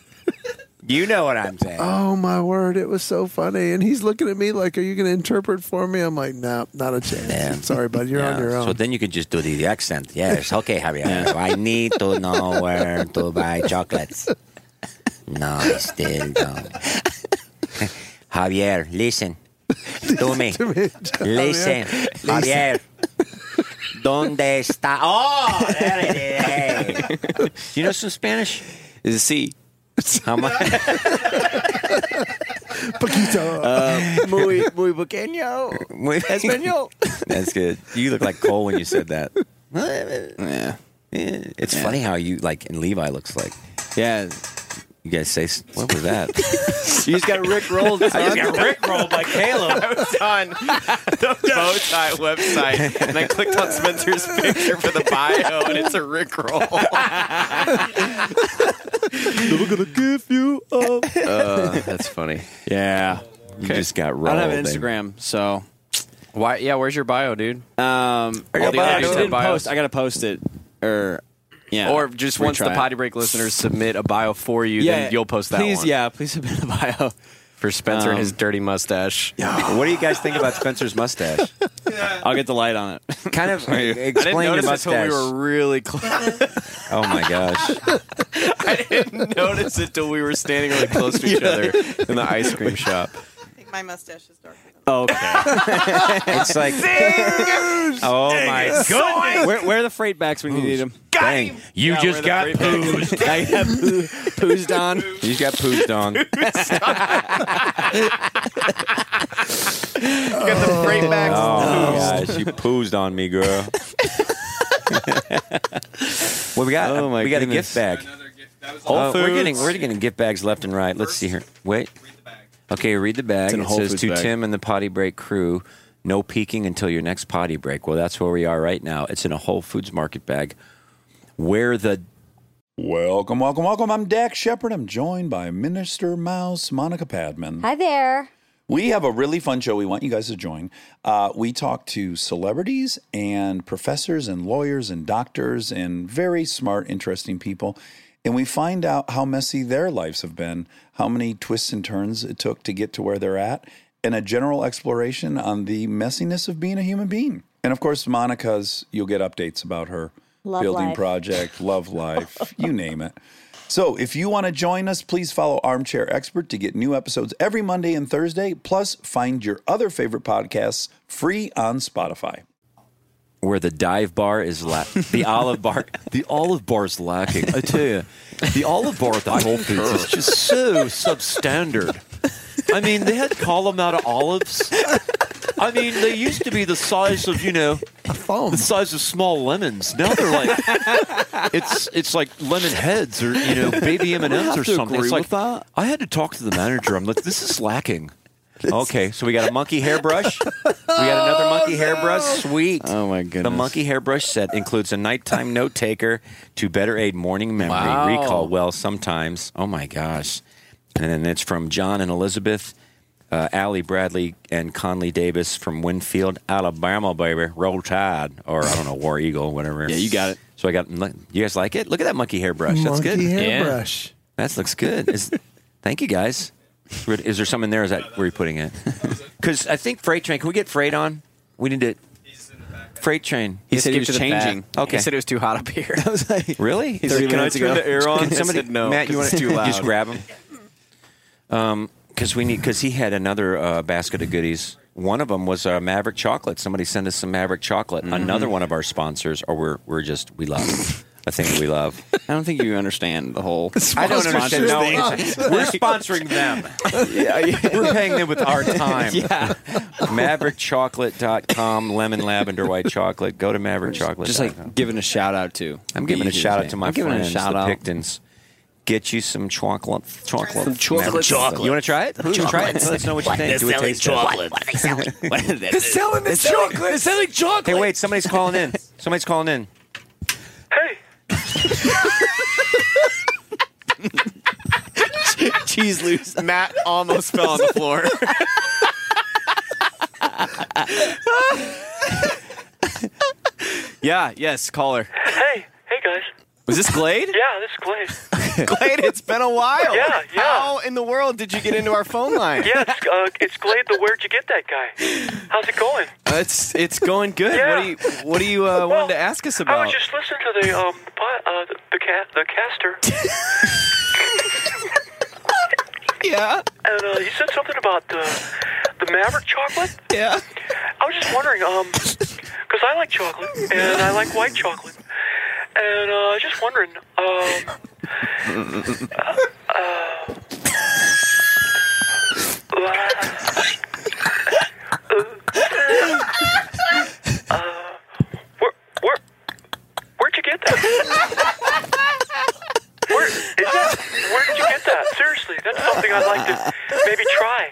You know what I'm saying. Oh my word! It was so funny, and he's looking at me like, "Are you going to interpret for me?" I'm like, "No, not a chance. Sorry, bud, you're on your own." So then you could just do the, the accent. Yes, okay, Javier. I need to know where to buy chocolates. No, I still don't. Javier, listen to me. Listen, Javier. ¿Dónde está? Oh, there it is. Do you know some Spanish? Is it C? How much? Paquito. Uh, muy, muy pequeño. Espanol. That's good. You look like Cole when you said that. Yeah. It's funny how you like and Levi looks like. Yeah. You guys say s- what was that? <laughs> You just got Rick rolled. I just got Rick rolled <laughs> by Caleb. I was on the bow tie website and I clicked on Spencer's picture for the bio and it's <laughs> a Rickroll. We're gonna give you up. Oh, Uh, that's funny. Yeah. You just got I rolled. don't have eh? an Instagram, so Why? Yeah, where's your bio, dude? um, Are you all the bio- other I dudes didn't have bios. post- I gotta post it, or yeah, Or just once the retry it. potty break listeners submit a bio for you, then you'll post that please, one. yeah, please submit a bio. For Spencer and his Um, dirty mustache. What do you guys think about Spencer's <laughs> mustache? I'll get the light on it. <laughs> Kind of e-, I explain the notice until we mustache. were really close. <laughs> Oh my gosh! <laughs> I didn't notice it till we were standing really close to each other in the ice cream shop. I think my mustache is dark. Okay. It's like- <laughs> Oh Dang my <laughs> it. god! Where, where are the freight backs when you need them? Dang, you Yeah, just got where the freight pooped. backs- <laughs> I got poo- poozed on. You just <laughs> got pooped on. Got the freight bags. Oh my gosh, you poozed on me, <laughs> girl. well, we got Oh, my we got goodness. a gift bag. Whole Oh, We're Foods. getting we're getting gift bags left and right. Let's see here. Wait. Okay, read the bag. It's in a It Whole says Foods to bag. Tim and the potty break crew, no peeking until your next potty break. Well, that's where we are right now. It's in a Whole Foods market bag. Where the Welcome, welcome, welcome. I'm Dak Shepard. I'm joined by Minister Mouse Monica Padman. Hi there. We have a really fun show we want you guys to join. Uh, we talk to celebrities and professors and lawyers and doctors and very smart, interesting people. And we find out how messy their lives have been, how many twists and turns it took to get to where they're at, and a general exploration on the messiness of being a human being. And of course, Monica's, you'll get updates about her Love building life. project, love life, you name it. So, if you want to join us, please follow Armchair Expert to get new episodes every Monday and Thursday. Plus, find your other favorite podcasts free on Spotify. where the dive bar is la- the olive bar the olive bar's lacking. I tell you, the olive bar at the Whole Foods is just so substandard. I mean, they had Kalamata olives. I mean, they used to be the size of you know the size of small lemons. Now they're like it's it's like lemon heads or you <laughs> know baby M and <laughs> I M's have or to something. agree it's like with that. I had to talk to the manager. I'm like, this is <laughs> lacking. Okay, so we got a monkey hairbrush. We got another Oh, monkey hairbrush. Sweet. Oh my goodness. The monkey hairbrush set includes a nighttime note taker to better aid morning memory Wow. recall. Well, sometimes. Oh my gosh. And then it's from John and Elizabeth, uh, Allie Bradley, and Conley Davis from Winfield, Alabama, baby. Roll Tide, or I don't know, War Eagle, whatever. Yeah, you got it. So I got. You guys like it? Look at that monkey hairbrush. That's good. Monkey hairbrush. That looks good. Is- thank you guys. Is there something there? Is that where you're putting it? <laughs> Because I think freight train. Can we get freight on? We need to. Freight train. He Just said he skip was to the back. changing. Okay. He said it was too hot up <laughs> here. <laughs> Really? He said, Can I turn the air on? Can somebody, no, Matt, you want want <laughs> to it's too loud. just grab him? Um, because we need because he had another uh, basket of goodies. One of them was uh, Maverick chocolate. Somebody sent us some Maverick chocolate. Another one of our sponsors, or we're we're just we love. <laughs> I think we love. I don't think you understand the whole. I don't understand. No, it's- <laughs> we're sponsoring them. yeah, <laughs> We're paying them with our time. <laughs> <laughs> Yeah. <laughs> MaverickChocolate.com, lemon lavender white chocolate. Go to Maverick Chocolate. Just like giving a shout out to. I'm giving a Easiest shout out thing. to my I'm giving friends, a shout the out. Pictons. Get you some chocolate. Chocolate. Some chocolate. Maverick Chocolate. You want to try it? Please try it. Chocolates. Let's know what you What? think. They're Do a selling taste test. chocolate. What are they selling? They're selling the chocolate. They're selling chocolate. Hey, wait. Somebody's calling in. Somebody's calling in. Cheese loose. Matt almost fell on the floor. Yeah, yes, caller. Hey, hey guys. Was this Glade? <laughs> Yeah, this is Glade. Glade, it's been a while. Yeah, yeah. How in the world did you get into our phone line? Yeah, it's, uh, it's Glade. The where'd you get that guy? How's it going? Uh, it's it's going good. What do you what do you uh, wanted to ask us I about? was just listening to the um the pod- uh, the, the, ca- the caster. yeah. And uh, you said something about the the Maverick chocolate. Yeah. I was just wondering um because I like chocolate and I like white chocolate and uh, I was just wondering um. Where'd you get that? Where is that? Where did you get that? Seriously, that's something I'd like to maybe try.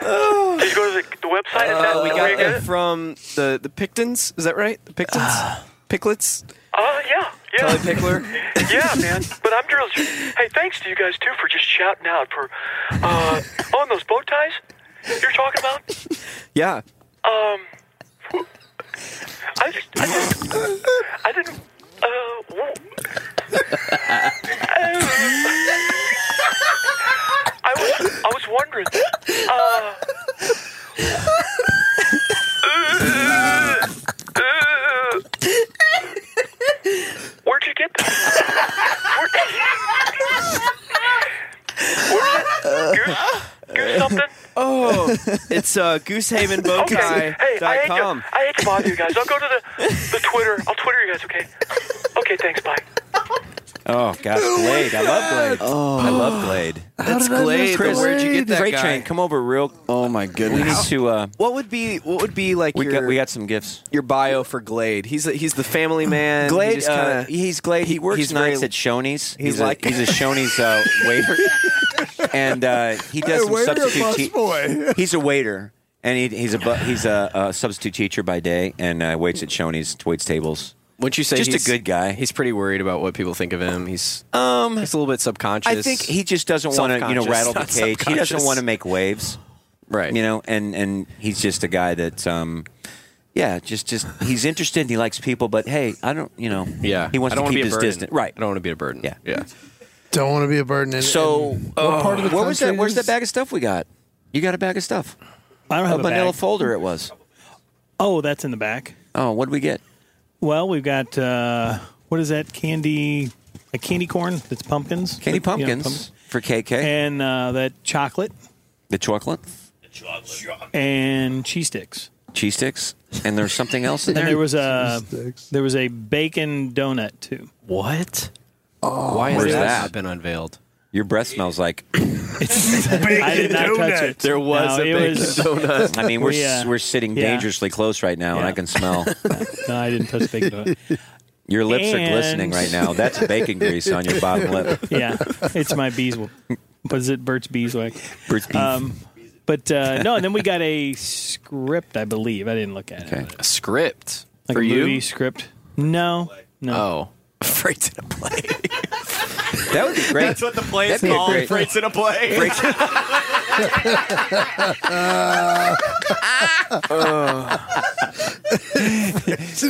Did you go to the, the website? Is that Uh, we where got you get that it? from the the Pictons. Is that right? The Pictons, Picklets. Uh, yeah, yeah. Kelly Pickler. <laughs> yeah, man. But I'm just hey, thanks to you guys too for just shouting out for uh on those bow ties you're talking about. Yeah. Um, I just, I just, I didn't. Uh, w- I was, I was wondering. Uh, where'd you get that? Where, where's Uh, that? Goose, goose something? <laughs> Oh, it's uh, Okay. Hey, I hate, goosehamenbowtie.com. to, I hate to bother you guys. I'll go to the, the Twitter. I'll Twitter you guys, okay? Okay, thanks. Bye. Oh <laughs> gosh, Glade. I love Glade. Oh. I love Glade. That's did I miss Glade. Chris, Where'd you get that Freight guy? train, come over real. Oh my goodness. We need to. Uh, What would be what would be like we your got we got some gifts. your bio for Glade? He's a, he's the family man. Glade, he just kinda, uh, he's Glade. He works he's nights very- at Shoney's. he's a, like- he's a Shoney's <laughs> uh, waiter, and uh, he does A some waiter substitute. bus tea- boy. <laughs> he's a waiter, and he, he's a bu- he's a, uh substitute teacher by day, and uh, waits at Shoney's, waits tables. Would you say just he's- a good guy? He's pretty worried about what people think of him. He's um, he's a little bit subconscious. I think he just doesn't want to, you know, Self-conscious, rattle the not cage. He doesn't subconscious. want to make waves, right? You know, and and he's just a guy that, um, yeah, just just he's interested. and He likes people, but hey, I don't, you know, Yeah, he wants I don't to wanna be keep a his burden. distance, right? I don't want to be a burden. Yeah, yeah. Don't want to be a burden. And, So, and uh, what part of the what was that? country Where's is that bag of stuff we got? You got a bag of stuff. I don't have a manila bag. folder. It was. Oh, that's in the back. Oh, what did we get? Well, we've got uh, what is that candy? A candy corn that's pumpkins. Candy But, you know, pumpkins for KK and uh, that chocolate the chocolate and cheese sticks. cheese sticks, and there's something else in And there. there was a there was a bacon donut too. What? Oh, Why has Where's that that? not been unveiled? Your breath <laughs> smells like <laughs> I did not touch it. There was No, a it bacon was- donut. I mean, <laughs> we're We, uh, s we're sitting yeah. dangerously close right now, and I <laughs> can smell. No, I didn't touch bacon donut. <laughs> Your lips are And- glistening right now. That's bacon grease on your bottom lip. <laughs> yeah, it's my beeswax. What is it? Bert's beeswax. Bert's bees. Um, but uh, no, and then we got a script, I believe. I didn't look at it. A script Like for a you? movie script. No, no. Oh, Freights in a play. <laughs> That would be great. That's what the play is That'd be a called. great- Freights in a play. Freights- <laughs> Uh. <laughs> Oh. Oh.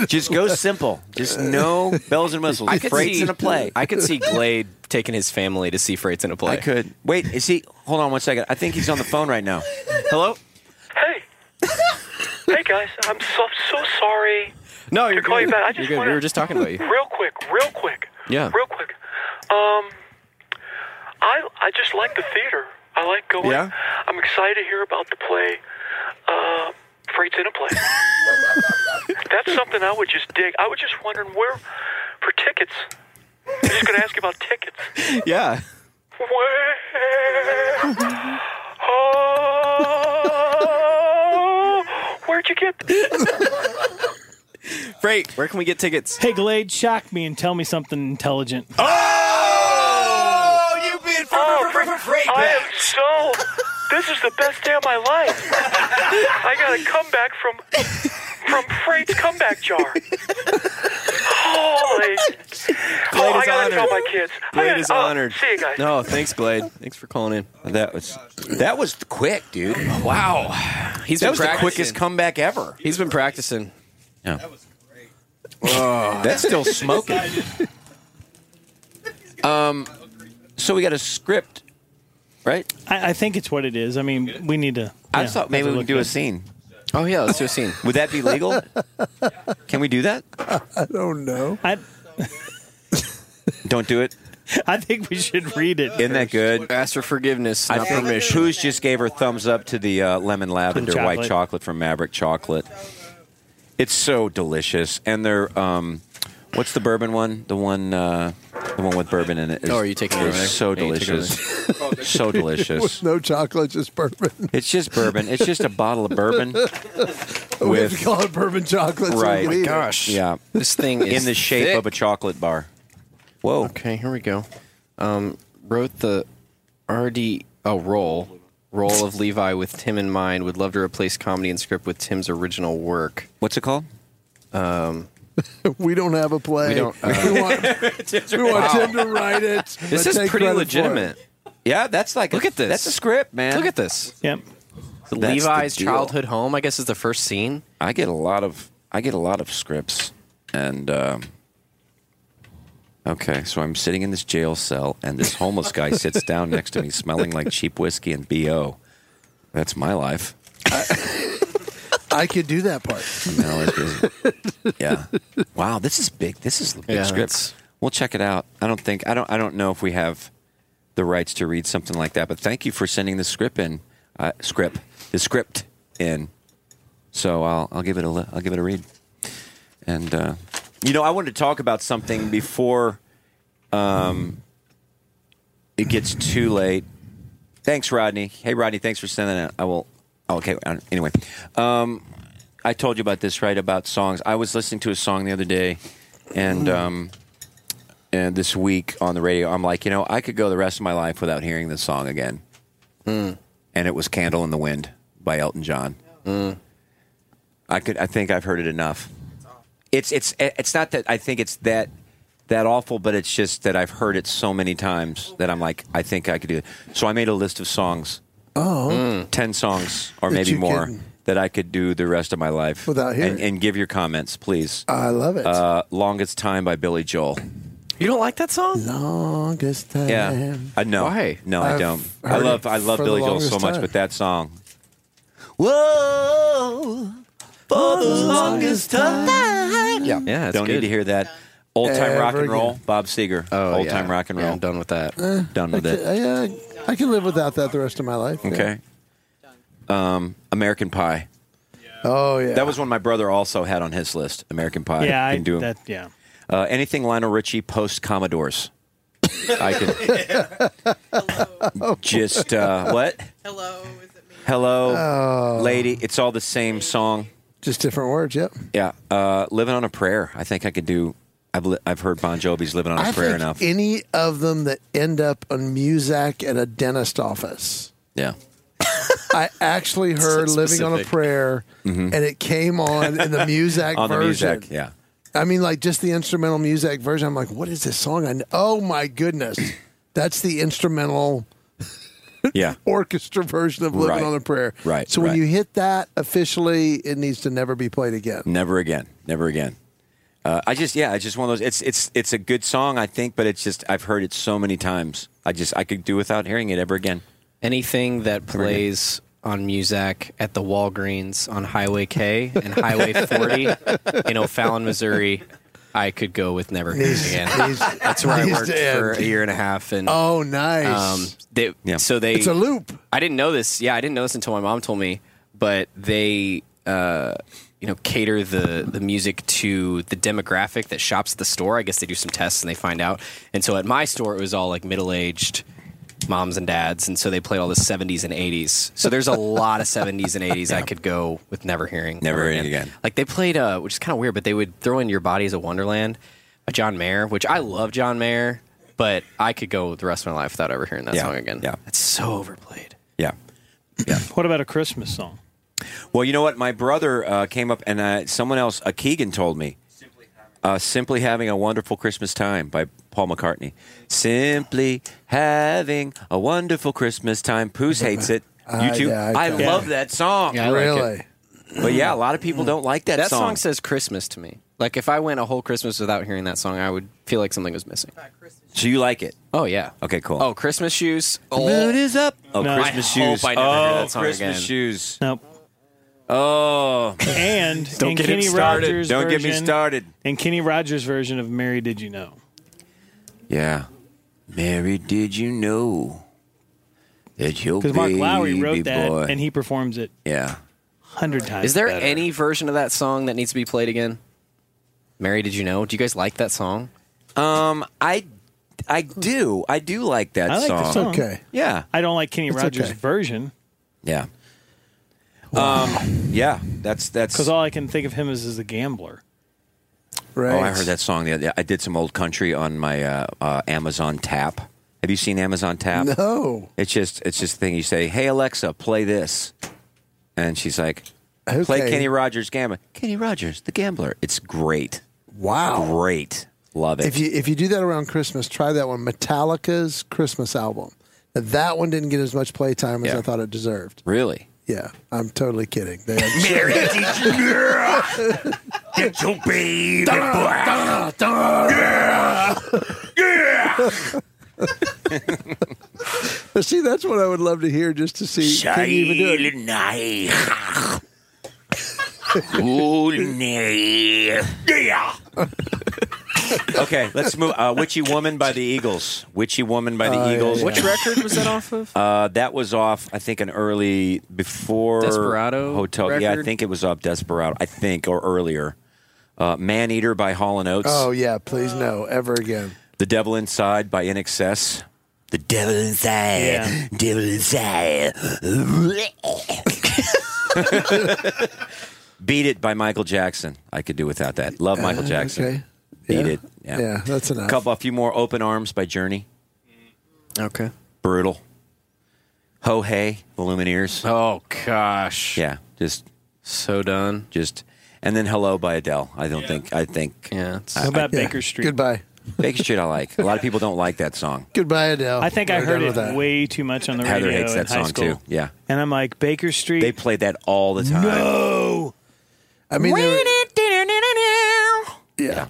Just go simple. Just no bells and whistles. Freights in a <laughs> play. I could see Glade taking his family to see Freights in a play. I could. Wait, is he? Hold on one second. I think he's on the phone right now. Hello? hey guys, I'm so, so sorry. No, you're to call good. you back. I You're just good. We wanna- were just talking about you. <laughs> Real quick, real quick. Yeah. Real quick. Um, I I just like the theater. I like going. Yeah? I'm excited to hear about the play. Uh, Freights in a play. That's something I would just dig. I was just wondering where for tickets. I'm just gonna ask you about tickets. <laughs> yeah. Where? Oh, where'd you get? Freight, where can we get tickets? Hey, Glade, shock me and tell me something intelligent. Oh, you've been for, I am so. This is the best day of my life. I got a comeback from from Freight's comeback jar. Holy! oh, I is gotta tell honored. my kids. I Glade gotta- is oh, honored. See you guys. No, thanks, Glade. Thanks for calling in. That was that was quick, dude. Wow, he's That been was the practicing. quickest comeback ever. He's been practicing. Yeah. That was great. that's still smoking. <laughs> Um, so we got a script, right? I, I think it's what it is. I mean, we need to. I yeah, thought maybe have we to look could do at a it. scene. Oh yeah, let's do a scene. Would that be legal? Can we do that? <laughs> I don't know. I, Don't do it. <laughs> I think we should read it. Isn't that good? Ask for forgiveness, I not think permission. Poos just gave her thumbs up to the uh, lemon lavender white chocolate. chocolate from Maverick Chocolate. It's so delicious, and they're um, what's the bourbon one? The one, uh, the one with bourbon in it. Is, Oh, are you taking it is over there? So Yeah, you take it over <laughs> delicious, <laughs> so delicious. With no chocolate, just bourbon. It's just bourbon. It's just a bottle of <laughs> bourbon. we have with- to call it bourbon chocolate. so we Right. can eat it. Yeah. This thing is in the shape thick. of a chocolate bar. Whoa. Okay, here we go. Um, wrote the RD oh roll roll of Levi with Tim in mind. Would love to replace comedy and script with Tim's original work. What's it called? Um, We don't have a play. We don't, uh, <laughs> we want, we want Tim to write it. This but is take pretty credit for it. legitimate. Yeah, that's like look at this. that's a script, man. Look at this. Yep. The That's Levi's the deal. childhood home, I guess, is the first scene. I get a lot of I get a lot of scripts, and um, okay, so I'm sitting in this jail cell, and this homeless <laughs> guy sits down next to me, smelling like cheap whiskey and bo. That's my life. I could do that part. No, it isn't. yeah. Wow, this is big. This is a big Yeah, script. We'll check it out. I don't think I don't I don't know if we have the rights to read something like that, but thank you for sending the script in. Uh, script the script in. So I'll I'll give it a li- I'll give it a read. And uh, you know, I wanted to talk about something before um, it gets too late. Thanks, Rodney. Hey, Rodney. Thanks for sending it. I will. oh, okay. I don't- Anyway, um, I told you about this, right? About songs. I was listening to a song the other day, and um, and this week on the radio, I'm like, you know, I could go the rest of my life without hearing this song again. hmm. And it was "Candle in the Wind" by Elton John. I could. I think I've heard it enough. It's it's it's not that I think it's that that awful, but it's just that I've heard it so many times that I'm like, I think I could do it. So I made a list of songs. Oh. ten songs or That maybe you more can- that I could do the rest of my life Without hearing And, and give your comments, please. I love it. Uh, Longest time by Billy Joel. You don't like that song? Longest time. Yeah, I know. Why? No, I Um, I've don't. I heard love it I love for the Billy Joel longest so much, time. but that song. Whoa, for the longest time. Yeah, yeah. it's don't good. need to hear that. Old time rock Ever and roll, again. Bob Seger. Oh, Old time yeah. rock and Yeah, roll. I'm done with that. Eh, done with I it. could, I, uh, I can live without that the rest of my life. yeah. Okay. Um, American Pie. Oh yeah. That was one my brother also had on his list. American Pie. Yeah, I, Can do 'em. that, yeah. Uh, anything Lionel Richie post Commodores. <laughs> I can Oh. just uh, what? Hello, is it me? Hello, Oh. lady. It's all the same song. Just different words. Yep. Yeah, uh, living on a prayer. I think I could do. I've li- I've heard Bon Jovi's living on a I prayer think enough. any of them that end up on Muzak at a dentist office. yeah. I actually It's heard so "Living on a specific. Prayer," Mhm. and it came on in the Muzak <laughs> on the version. music. Yeah. I mean, like just the instrumental music version. I'm like, what is this song? I kn- oh my goodness, that's the instrumental <laughs> yeah. orchestra version of Living Right. on a Prayer. Right, So right. when you hit that officially, it needs to never be played again. Never again. Never again. Uh, I just yeah, it's just one of those. It's it's it's a good song, I think, but it's just I've heard it so many times. I just I could do without hearing it ever again. Anything that plays on Muzak at the Walgreens on Highway K and Highway 40 in O'Fallon, Missouri, I could go with never hearing Needs- again. needs- That's where I needs worked to end. for a year and a half. And Oh, nice. Um, they, So they It's a loop. I didn't know this. Yeah, I didn't know this until my mom told me. But they, uh, you know, cater the the music to the demographic that shops at the store. I guess they do some tests and they find out. And so at my store, it was all like middle aged moms and dads, and so they played all the '70s and '80s. So there's a lot of '70s and '80s I could go with never hearing, Never hearing again. Like they played, uh, which is kind of weird, but they would throw in "Your Body Is a Wonderland" by John Mayer, which I love John Mayer, but I could go the rest of my life without ever hearing that Yeah, song again. yeah. it's so Oh, overplayed. <clears throat> What about a Christmas song? Well, you know what? My brother uh, came up and uh, someone else, uh, Keegan, told me. Uh, Simply having a wonderful Christmas time by Paul McCartney. Simply having a wonderful Christmas time. Poos hates it. You <laughs> Uh, too. yeah, I I, don't- love that song. Yeah, I like it. Really? But yeah, a lot of people don't like that, Mm. that song. says Christmas to me. Like if I went a whole Christmas without hearing that song, I would feel like something was missing. So you like it? Oh yeah. Okay, cool. Oh, Christmas shoes. Oh, mood is up. Oh, No. Christmas I shoes. hope I never oh, hear that song Christmas again. shoes. Nope. Oh. And Don't and get Kenny him started. Rogers Don't get me version- started. And Kenny Rogers' version of "Mary, Did You Know?" Yeah. Mary, did you know that your Because Mark Oh, baby Lowry wrote that, boy? and he performs it yeah. hundred times. Is there better. any version of that song that needs to be played again? Mary, did you know? Do you guys like that song? Um, I, I do. I do like that I like the song. Yeah. I don't like Kenny It's Rogers' okay. version Yeah. Um, yeah, that's that's. because all I can think of him is as the gambler. Oh, I heard that song. The other day. I did some old country on my uh, uh, Amazon Tap. Have you seen Amazon Tap? <laughs> No. It's just it's just a thing you say, "Hey Alexa, play this," and she's like, "Play Okay. Kenny Rogers Gambler." Kenny Rogers, the gambler. It's great. Wow. Great. Love it. If you <laughs> if you do that around Christmas, try that one. Metallica's Christmas album. Now, that one didn't get as much playtime as I thought it deserved. really. Yeah, I'm totally kidding. They Mary, did you know? Get your baby boy. <laughs> see, that's what I would love to hear just to see. Can you even do it? Silent night. Good night. Yeah. okay, let's move. Uh, Witchy Woman by the Eagles. Witchy Woman by the Oh, yeah, Eagles. yeah. Which record was that off <laughs> of? Uh, that was off, I think, an early before Desperado Hotel. Yeah, I record? think it was off Desperado. I think or earlier. Uh, Man Eater by Hall and Oates. Oh yeah, please no, ever again. The Devil Inside by In Excess. The Devil Inside. Yeah. Devil inside. <laughs> Beat It by Michael Jackson. I could do without that. Love Michael Uh, Jackson. okay. Beat Yeah. It. Yeah. Yeah, that's enough. Couple, a few more Open Arms by Journey. Okay. Brutal. Ho Hey, the Lumineers. Oh gosh. Yeah, just so done. Just and then Hello by Adele. I don't think I think. Yeah. How about Baker Street? Goodbye. Baker Street. I like. A lot of people don't like that song. Goodbye, Adele. I think I We're heard done it with that. way too much <laughs> on the radio Heather hates in that high song school. too. Yeah, And I'm like Baker Street. they played that all the time. No. I mean, they were- yeah.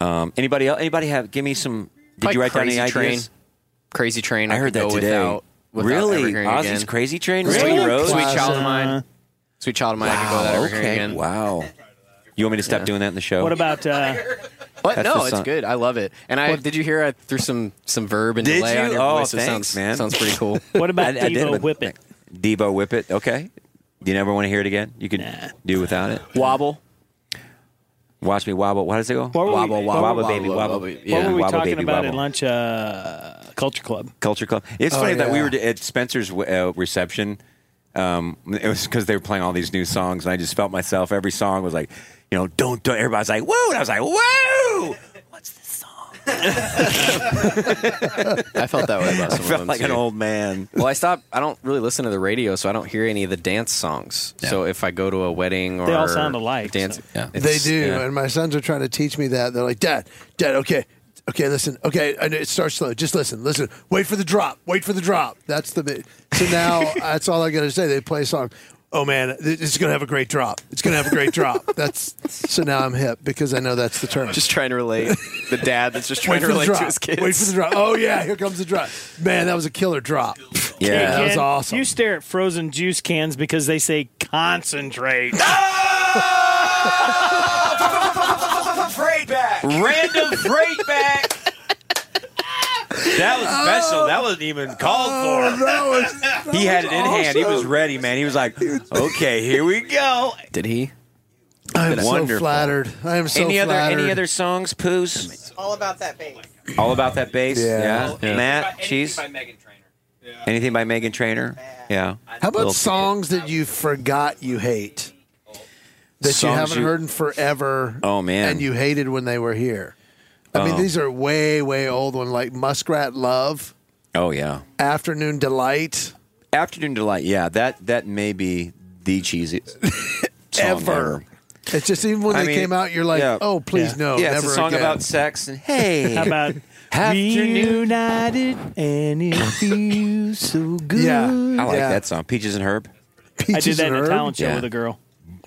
Um, anybody else? Anybody have? Give me some. Did Like you write down Crazy any ideas? Train. Crazy Train. I heard could that go today. Without, without Really? ever hearing Ozzy's again. Crazy Train? Sweet, Really? Sweet Classic. Child of Mine. Sweet Child of Mine. I could go without Wow, ever hearing Oh, okay. again. Wow. You want me to stop doing that in the show? What about? Uh, But That's no, the it's song. good. I love it. And I What- did you hear I threw some some verb and Did delay on you? your Oh, voice? It thanks, sounds man. sounds <laughs> pretty cool. What about I- I did, Devo but- Whip It? Debo Whip It. Okay. Do you never want to hear it again? You could do without it. Wobble. Watch me wobble. How does it go? What were we- Wobble, what were- wobble, wobble, baby, wobble. What were we wobble, talking baby, about wobble. at lunch? Uh, Culture Club. Culture Club. It's Oh, funny that we yeah. were at Spencer's uh, reception. Um, it was because they were playing all these new songs, and I just felt myself. Every song was like, you know, don't. don't everybody's like, woo, and I was like, woo. What's this song? I felt that way <laughs> about I some felt of them like too. an old man. Well, I stopped. I don't really listen to the radio, so I don't hear any of the dance songs. So if I go to a wedding or They all sound alike, dance, yeah, they it's- do, yeah. and my sons are trying to teach me that. They're like, "Dad, Dad, okay, okay, listen, okay." And it starts slow. Just listen, listen. Wait for the drop. Wait for the drop. That's the bit. So now that's all I got to say. They play a song. Oh man, th- it's gonna have a great drop. It's gonna have a great <laughs> drop. That's so now I'm hip because I know that's the term. Just trying to relate. The dad that's just <laughs> Wait trying for to the relate drop. to his kids. Wait for the drop. Oh yeah, <laughs> here comes the drop. Man, that was a killer drop. that was awesome. You stare at frozen juice cans because they say <laughs> concentrate. Freight back. Random freight back. That was special. that wasn't even called Oh, for. <laughs> he had it in hand. He was ready, man. He was like, "Okay, here we go." Did he? I'm so Wonderful. flattered. I am so any other flattered. any other songs, Poos? All about that bass. All about that bass. Yeah. Yeah. Yeah. Matt, cheese. Anything by Megan Trainer? Yeah. How about Little- songs that you forgot you hate that you Songs haven't you- heard in forever? Oh, man. and you hated when they were here. I Oh. mean, these are way way old ones like Muskrat Love, Oh yeah. Afternoon Delight. Afternoon Delight. Yeah, that that may be <laughs> the cheesiest song Ever. ever. It's just even when I they mean, came out, you're like, yeah. oh please Yeah. no, Yeah, never it's a song again. about sex and hey, How about reunited and it <laughs> feels so good? Yeah, I like that song, Peaches and Herb. I did that in a talent show Yeah. with a girl.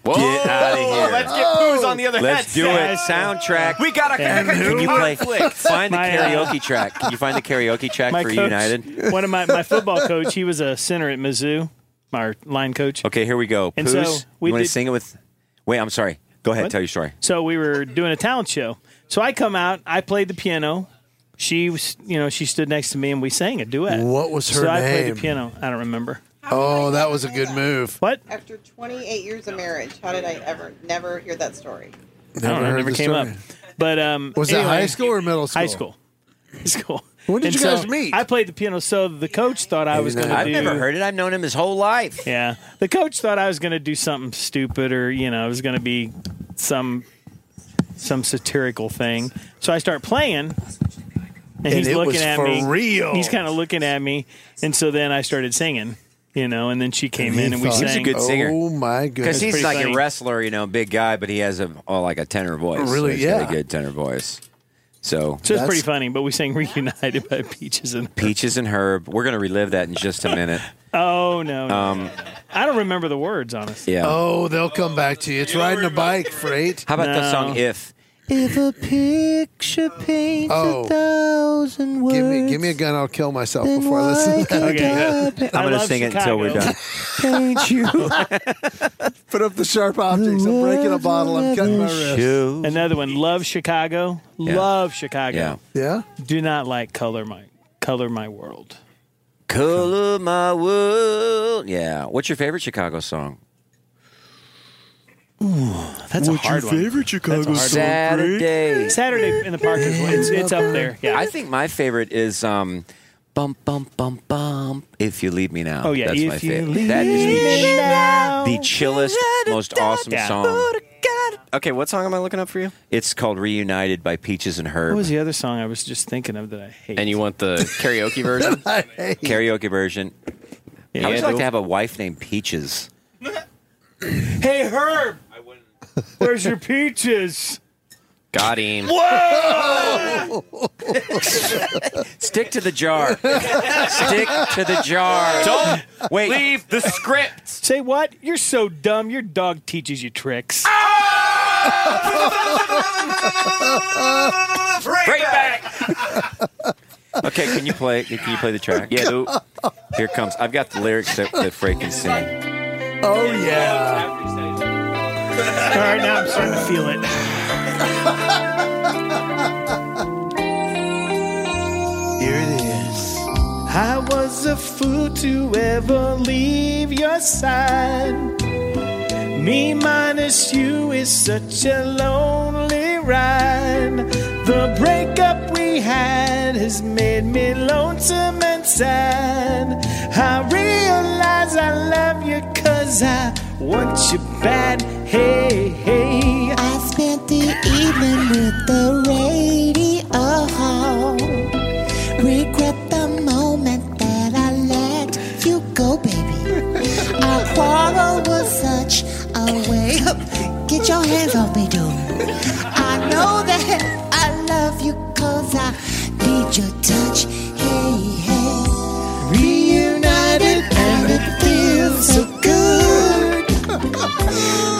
Whoa! Get out of here. Let's get poos on the other Let's do it. headset. Soundtrack. We got a Can you play? conflict. Find the My, uh, karaoke track. Can you find the karaoke track for <laughs> United? One of my, my <laughs> football coach, he was a center at Mizzou, our line coach. <laughs> Okay, here we go. And Poos, so we you want did- to sing it with? Wait, I'm sorry. Go ahead. What? Tell your story. So we were doing a talent show. So I come out, I played the piano. She was, you know, she stood next to me and we sang a duet. What was her So I played name? the piano. I don't remember. Oh, that was a good move. What? After 28 years of marriage, how did I ever never hear that story? I Never don't know. it heard Never the came story. up. But um, Was that anyway- high school or middle school? High school. High school. When did And you guys so meet? I played the piano, so the coach thought I was going to do. I've never heard it. I've known him his whole life. Yeah, the coach thought I was going to do something stupid, or you know, it was going to be some some satirical thing. So I start playing, and, And he's it looking was at for me. real. He's kind of looking at me, and so then I started singing, you know, and then she came he in and we thought- sang. He's a good singer. Oh my Because goodness. he's Pretty like funny. a wrestler, you know, big guy, but he has a oh, like a tenor voice. Oh, really? So he's got Yeah. a good tenor voice. So So it's pretty funny, but we sang "Reunited" by Peaches and. Peaches and Herb. We're gonna relive that in just a minute. Oh no, no. Um, I don't remember the words, honestly. yeah. Oh, they'll come back to you. It's riding a bike, freight. How about the song "If"? If a picture paints Oh. a thousand words, Give me, give me a gun. I'll kill myself Then before I listen. to <laughs> why that. can't Okay. I I'm gonna love sing it until we're Chicago. <laughs> done. <laughs> paint you. Put up the sharp objects. I'm breaking a bottle. I'm cutting my wrist. Another one, Love Chicago. Yeah. Love Chicago. Yeah. Yeah. Do not like color my color my world. Color my world. Yeah. What's your favorite Chicago song? That's a What's your hard one. favorite Chicago That's a hard song, one. Saturday. Saturday in the park is it's, it's up there. Yeah. I think my favorite is um, bum bum bum bum. If you leave me now. Oh, yeah, That's If my You favorite. Leave that Me Now. is the, the chillest, most awesome Yeah. song. Okay, what song am I looking up for you? It's called "Reunited" by Peaches and What Herb. was the other song I was just thinking of that I hate? And you <laughs> want the karaoke version? Karaoke version. Yeah. How would you like Yeah. to have a wife named Peaches? Hey Herb, I wouldn't. <laughs> Where's your peaches? Got him. <laughs> Whoa! Stick to the jar. Stick to the <laughs> jar. Don't wait. Leave the script. Say what? You're so dumb. Your dog teaches you tricks. Right back. Okay, can you play? Can you play <laughs> the Oh, track? Yeah, dude. Here it comes. I've got the lyrics that, that Frank can sing. Oh yeah. <laughs> All right, now I'm starting to feel it. Here it is. I was a fool to ever leave your side. Me minus you is such a lonely ride. The breakup we had has made me lonesome and sad. I realize I love you cause I want you bad. Hey, hey. I spent the evening with the radio. such a way. Get your hands off me, dude. I know that I love you cause I need your touch. Hey, hey. Reunited and it feels so good.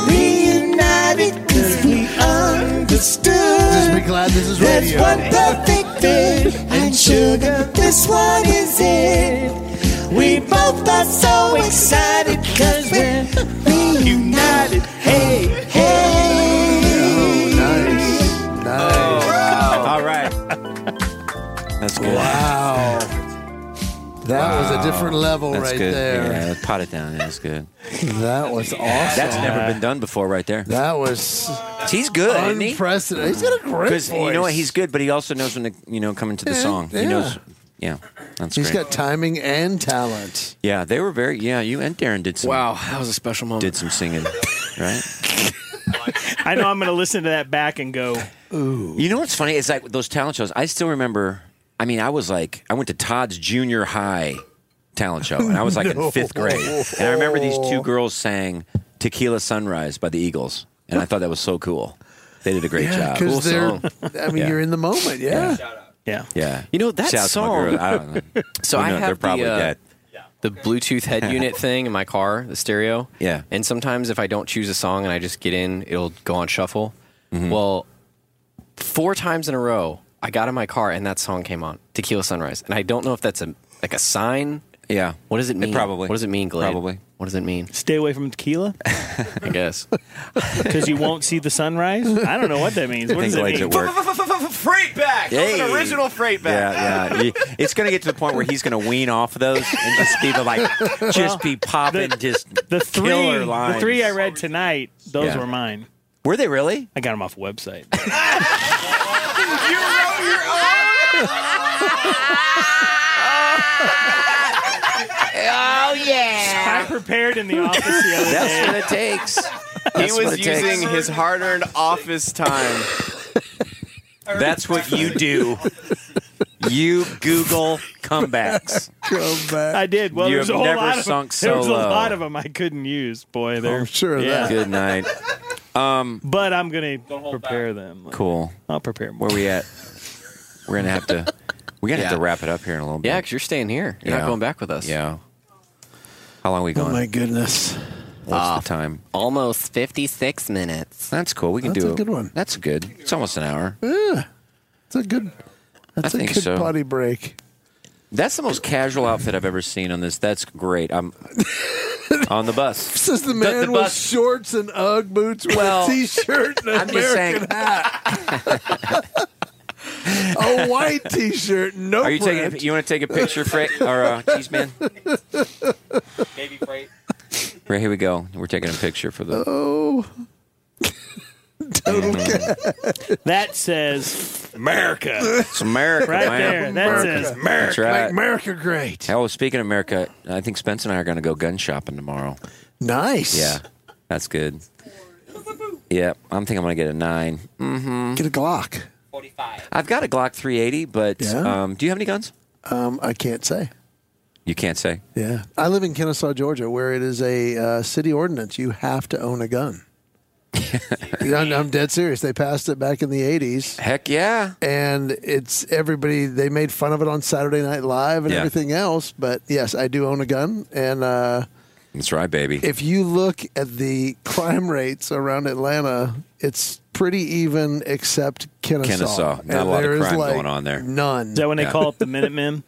Reunited cause we understood. Just be glad this is That's radio. one perfect fit. And sugar, this one is it. We both are so excited cause we're reunited. Hey, hey. nice. Nice. All right. That's good. Wow. That was a Wow. different level That's right good. there. Yeah, pot it down. That's good. That was awesome. That's never been done before, right there. That was. He's good. isn't he? Unprecedented. He's got a great 'Cause You know what? voice. He's good, but he also knows when to, you know, come into the Yeah, song. He yeah. knows. Yeah. That's He's great. got timing and talent. yeah, they were very. Yeah, you and Darren did some. Wow, that was a special moment. Did some singing, right? I know I'm going to listen to that back and go, Ooh. You know what's funny? It's like those talent shows. I still remember. I mean, I was like, I went to Todd's junior high talent show, and I was like No. in fifth grade. And I remember these two girls sang "Tequila Sunrise" by the Eagles, and I thought that was so cool. They did a great job. because they're. I mean, you're in the moment. Yeah. Yeah. Yeah. You know that Shout out to my song. girl. I don't know. So Who I knows? have They're probably the, uh, dead. the Bluetooth head <laughs> unit thing in my car, the stereo. Yeah. And sometimes if I don't choose a song and I just get in, it'll go on shuffle. Mm-hmm. Well, four times in a row, I got in my car and that song came on, Tequila Sunrise, and I don't know if that's a like a sign. Yeah. What does it mean? probably. What does it mean, Glade? Probably. What does it <laughs> mean? stay away from tequila I guess. because you won't see the sunrise. I don't know what that means. I What think does it mean? Glenn's at work. Freight back. That's an Hey. original freight back. Yeah, yeah. You- It's going to get to the point where he's going to wean off of those and just be the, <laughs> like, Well, just be popping, just The three, killer the lines. three I read tonight, those Yeah. were mine. Were they really? I got them off a website. You wrote your <laughs> Oh, yeah. I prepared in the office the other day. That's what it <laughs> takes. That's he what was it takes. using <laughs> his hard-earned office time. That's what you do. You Google <laughs> comebacks. I did. Well, You there's a have whole never lot of sunk <laughs> there was so a low. lot of them I couldn't use. Boy, they're I'm sure of yeah. that. <laughs> Good night. Um, But I'm gonna prepare them. cool. I'll prepare. Where we at? We're gonna have to. We're gonna have to Yeah. wrap it up here in a little bit. Yeah, because you're staying here. You're Yeah. not going back with us. Yeah. How long are we Oh going? my goodness. What's the time? Almost 56 minutes. That's cool. We can That's do a good one. That's good. It's almost an hour. Yeah. It's a good. That's a think good so. body break. That's the most casual outfit I've ever seen on this. That's <laughs> great. I'm on the bus. Says the man with bus- shorts and UGG boots with Well, a t-shirt and an I'm just saying- American hat. a white t-shirt, no Are you print. taking? A, you want to take a picture, Freight or uh, <laughs> Cheese Man? Baby freight. Right here we go. We're taking a picture for the. Oh. Total That says America. It's America, Right man. there. That America. says That's right. America great. Oh, speaking of America, I think Spence and I are going to go gun shopping tomorrow. Nice. Yeah, that's good. Yeah, I'm thinking I'm going to get a nine. Mm-hmm. Get a Glock. I've got a Glock 380, but Yeah? um, do you have any guns? Um, I can't say. You can't say. Yeah. I live in Kennesaw, Georgia, where it is a uh, city ordinance. You have to own a <laughs> gun. I'm, I'm dead serious. They passed it back in the 80s. Heck yeah. And it's everybody, they made fun of it on Saturday Night Live and Yeah. everything else. But yes, I do own a gun. And uh, That's right, baby. if you look at the crime rates around Atlanta, it's pretty even except Kennesaw. Kennesaw. Not a And lot of there is, crime like, going on there. None. Is that when they Yeah. call up the <laughs> Minutemen?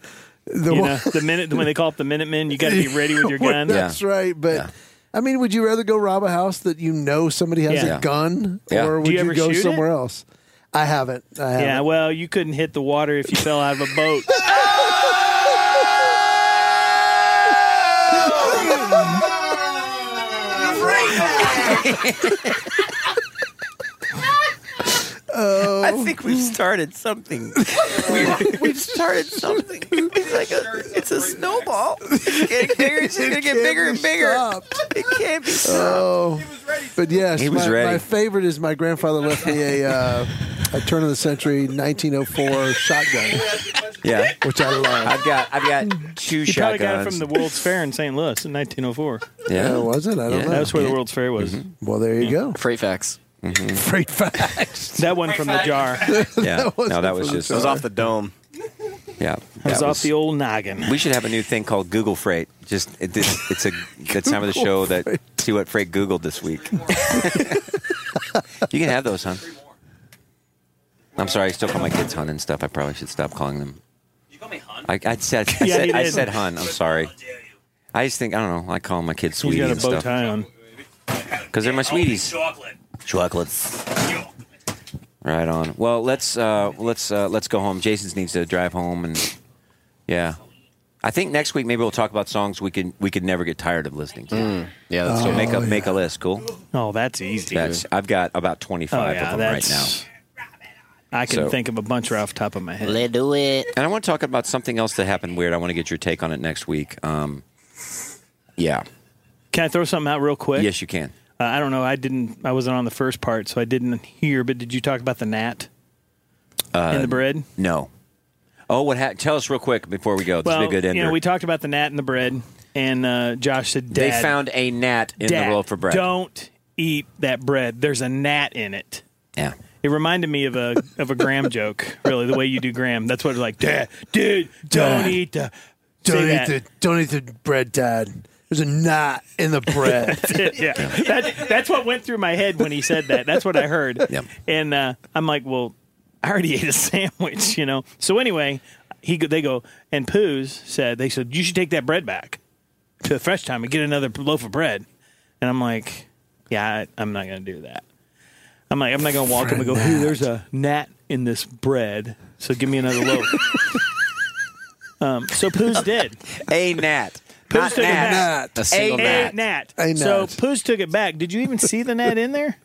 The you one- know, the minute when they call up the Minutemen, you got <laughs> to be ready with your Well, gun. That's right. But I mean, would you rather go rob a house that you know somebody has Yeah. a Yeah. gun, Yeah. or Do would you you, ever go shoot it? somewhere else? I haven't. I haven't. Yeah, well, you couldn't hit the water if you fell out of <laughs> a boat. I think we've started something. we've, we've started something. It's like a, it's a snowball. It It It's gonna can't get bigger be and bigger. stopped. It can't be. Oh, but yes, Uh, He was my, ready. my favorite is my grandfather left me a uh, a turn of the century 1904 shotgun. Yeah, which I love. I've got I've got two You probably shotguns. got it from the World's Fair in St. Louis in 1904. Yeah, was it? I don't know. That's where the World's Fair was. Well, there you go. Freight facts. Freight facts. That one from the jar. <laughs> Yeah, no, that was just It was off the dome. Yeah, It was that off the old noggin. We should have a new thing called Google Freight. Just it, it's, it's a that time of the show that see what Freight Googled this <laughs> week. you can have those, hon. I'm sorry, I still call my kids hun and stuff. I probably should stop calling them. You call me hun? I, I said <laughs> I Yeah, said, you I did. said hun. I'm sorry. I just think I don't know. I call my He's kids sweeties got a and bow stuff tie on. because they're my sweeties. Chocolates. Right on. Well, let's uh, let's uh, let's go home. Jason's needs to drive home, and yeah, I think next week maybe we'll talk about songs we can we could never get tired of listening to. Mm. Yeah, that's so good. make a Oh, make a list. Cool. Oh, that's easy. That's I've got about twenty five Oh, yeah, of them right now. that's- I can So- think of a bunch right off the top of my head. Let's do it. And I want to talk about something else that happened weird. I want to get your take on it next week. Um, yeah. Can I throw something out real quick? Yes, you can. Uh, I don't know. I didn't. I wasn't on the first part, so I didn't hear. But did you talk about the gnat Uh, and the bread? No. Oh, what? Ha- tell us real quick before we go. This well, is Oh, a good you ender. know, we talked about the gnat and the bread, and uh, Josh said, they Dad, found a gnat in Dad, the roll for bread. Don't eat that bread. There's a gnat in it. Yeah. It reminded me of a of a Graham <laughs> joke, really, the way you do Graham. That's what it's like, Dad, dude, don't Dad, eat the Don't say eat that. the don't eat the bread, Dad. There's a knot in the bread. That's it, yeah. <laughs> That, that's what went through my head when he said that. That's what I heard. And uh, I'm like, well, I already <laughs> ate a sandwich, you know. So anyway, he go- they go and Poos said they said you should take that bread back to the fresh time and get another loaf of bread. And I'm like, yeah, I, I'm not going to do that. I'm like, I'm not going to walk up and go, hey, there's a gnat in this bread, so give me another loaf. um, so <laughs> Poos did. A gnat. Poos Not took gnat. it back. A single gnat. gnat. A So gnat. Poos took it back. Did you even see the gnat in there?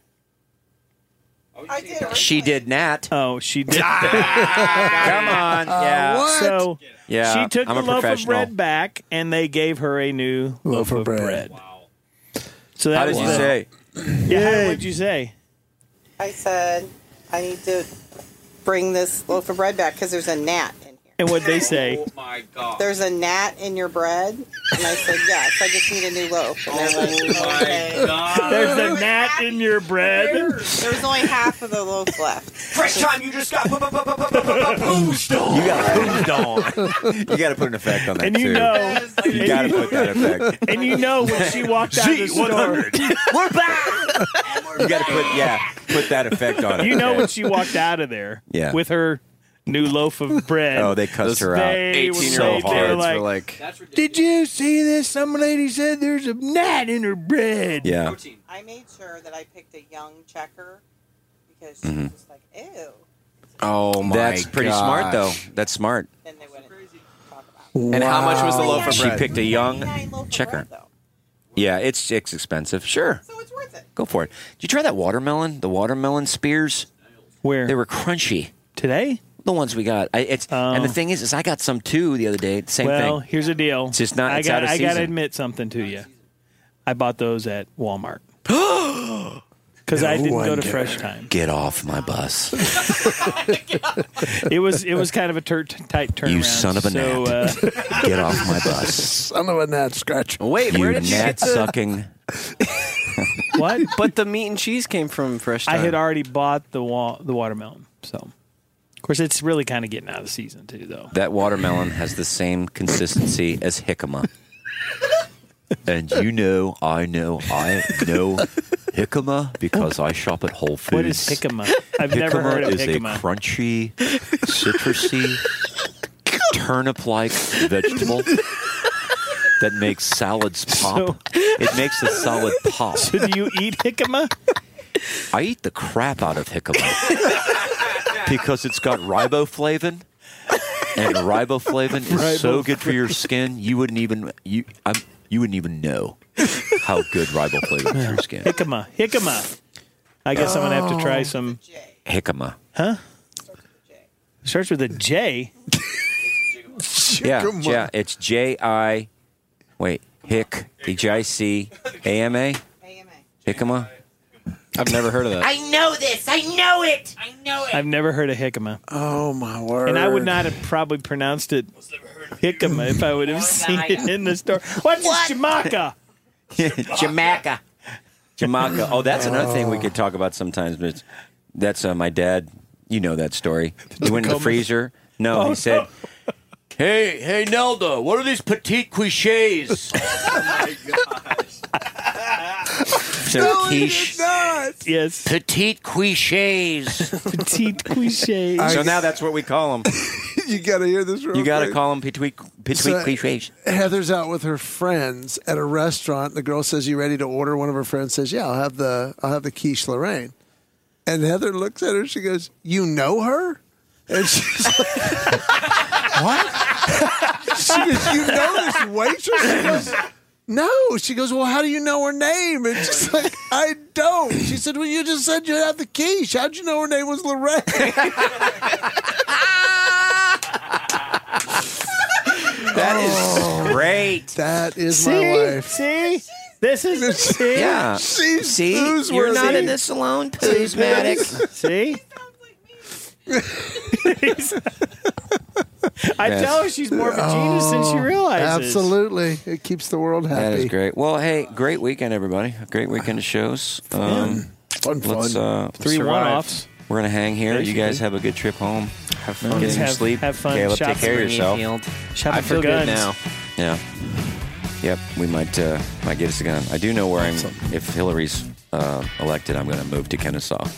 She did gnat. Oh, she <laughs> did. Come on. Yeah. So Yeah, she took I'm the a loaf of professional. bread back, and they gave her a new loaf, of bread. So that How did was you the- say? Yeah, what would you say? I said, I need to bring this loaf of bread back because there's a gnat. In And what they say? my God. There's a gnat in your bread. And I said, yes, I just need a new loaf. And they're like, okay. There's a gnat in your bread. There's only half of the loaf left. First time you just got You got to <laughs> You got to put an effect on that And you too. know- You got to put that effect. <laughs> And you know when she walked out of the store, we're back. You got to put yeah, put that effect <laughs> on it. you know okay? when she walked out of there Yeah. with her new loaf <laughs> of bread. Oh, they cussed her out. they were- 18-year-old they were kids like, were like- Did you see this? Some lady said there's a gnat in her bread. Yeah. I made sure that I picked a young checker because she Mhm. was just like, ew. Oh my! That's pretty smart though. gosh. That's smart. And how much was the Wow. loaf of bread? She picked a young checker. Yeah, it's it's expensive. Sure. So it's worth it. Go for it. Did you try that watermelon? The watermelon spears. Where they were crunchy today. Oh. The ones we got. I, it's and the thing is, is I got some too the other day. Same well, thing. here's the deal. It's just not. I it's got. out of I got season. to admit something to you. I bought those at <gasps> Walmart because I No didn't go wonder. to Fresh <laughs> Time. Get off my bus. It was it was kind of a tur- tight turnaround. You son of a so, gnat. Uh, <laughs> Get off my <laughs> bus. Son of a gnat scratch. you gnat sucking. what? <laughs> But the meat and cheese came from Fresh Time. I had already bought the wa- the watermelon. So, of course, it's really kind of getting out of the season too, though. That watermelon has the same consistency as jicama. <laughs> and you know, I know, I know jicama because I shop at Whole Foods. What is jicama? I've never Jicama heard of is jicama. a crunchy, citrusy, <laughs> turnip-like vegetable that makes salads pop. So- it makes a salad <laughs> pop. So do you <laughs> eat jicama? I eat the crap out of jicama because it's got riboflavin, and riboflavin is so good for your skin. You wouldn't even you I'm, you wouldn't even know how good riboflavin is for your skin. Jicama, jicama. I guess I'm gonna have to try some. Jicama. Huh? Starts with a J. <laughs> Yeah, yeah. It's J I. Wait, hick. H I C A M A. Jicama. I've never heard of that. I know this. I know it. I know it. I've never heard of jicama. Oh my word! And I would not have probably pronounced it jicama if I would <laughs> have seen it in the store. What's what? <laughs> jamaca? Jamaica. Jamaica. Oh, that's another thing we could talk about sometimes. But it's- that's uh, my dad. You know that story. He went in the Come- freezer. No, Oh, he said, Hey, hey, Nelda, what are these petite <laughs> cliches? Oh said quiche. Yes. Petite cliches. Petite cliches. So now that's what we call them. <laughs> you got to hear this. Real You got to quick. call them between between So, cliches. Heather's out with her friends at a restaurant. The girl says, "You ready to order?" One of her friends says, "Yeah, I'll have the I'll have the quiche Lorraine." And Heather looks at her. She goes, "You know her?" And she's like, "What?" <laughs> she goes, "You know this waitress?" She goes, no, she goes. Well, how do you know her name? And she's like, I don't. She said, Well, you just said you had the quiche. How'd you know her name was Lorraine? <laughs> That is Oh. great. That is see? See? This is see? <laughs> Yeah. See? See? You're not in this alone, Poosmatic. See? I Yes. tell her she's more of a genius than she realizes. Oh, Absolutely. It keeps the world happy. That is great. Well, hey, great weekend, everybody. Great weekend of shows. Um, fun, let's, fun. Uh, Three survive. one-offs. We're gonna hang here. You Basically. guys have a good trip home. Have fun. Get Just some have- sleep. have fun. Caleb, Shop take care of yourself. Greenfield. Shopping I for feel guns. good now. Yeah. Yep. We might uh, might get us a gun. I do know where I'm. If Hillary's uh, elected, I'm gonna move to Kennesaw. <laughs>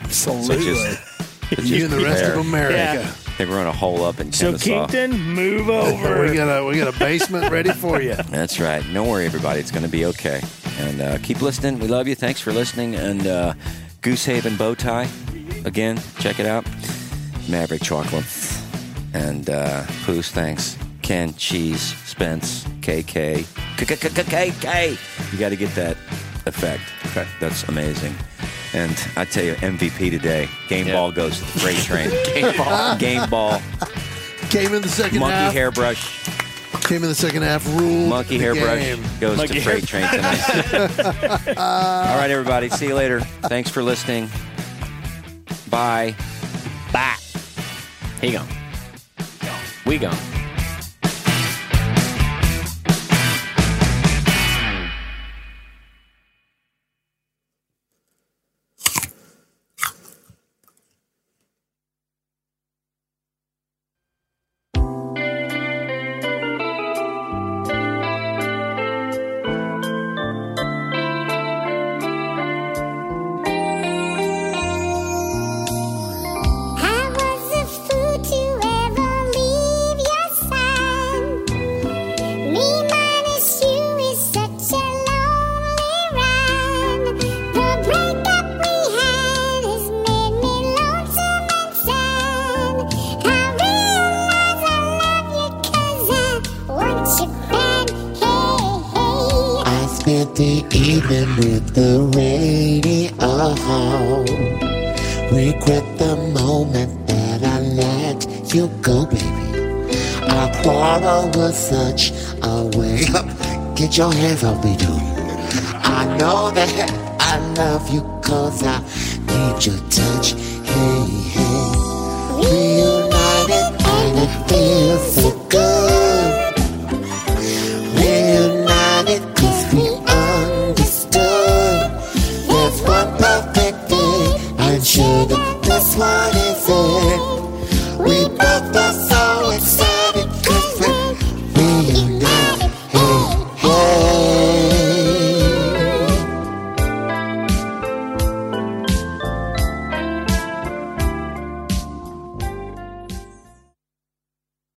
Absolutely. <laughs> so You and the rest of prepare. America. They're going to hole up in So, Kennesaw. Kington, move over. we got a we got a basement ready for <laughs> you. That's right. Don't worry, everybody. It's going to be okay. And uh, keep listening. We love you. Thanks for listening. And uh, Goosehaven Bowtie, again, check it out. Maverick Chocolate. And uh, Poos, thanks. Ken, Cheese, Spence, KK. KKKKK. You got to get that effect. Okay. That's amazing. And I tell you, MVP today. Game ball goes to <laughs> the freight train. Game ball. Game ball. Came in the second Monkey half. hairbrush. Came in the second half. Ruled Monkey the hairbrush game. goes to freight train tonight. <laughs> <laughs> All right, everybody. See <laughs> you later. Thanks for listening. Bye. Bye. He gone. We gone. I was a fool to ever leave your side. Me minus you is such a lonely ride. The breakup we had has made me lonesome and sad. I realize I love you 'cause I want you bad. Hey, hey. I spent the evening with the radio. Regret the moment that I let you go, baby. Our quarrel was such a wake up. Get your hands off me, dude. I know that I love you cause I need your touch. Hey, hey. Reunited and it feels so good. Reunited cause we understood. There's one perfect day, I'm sure that this one is it. We both are so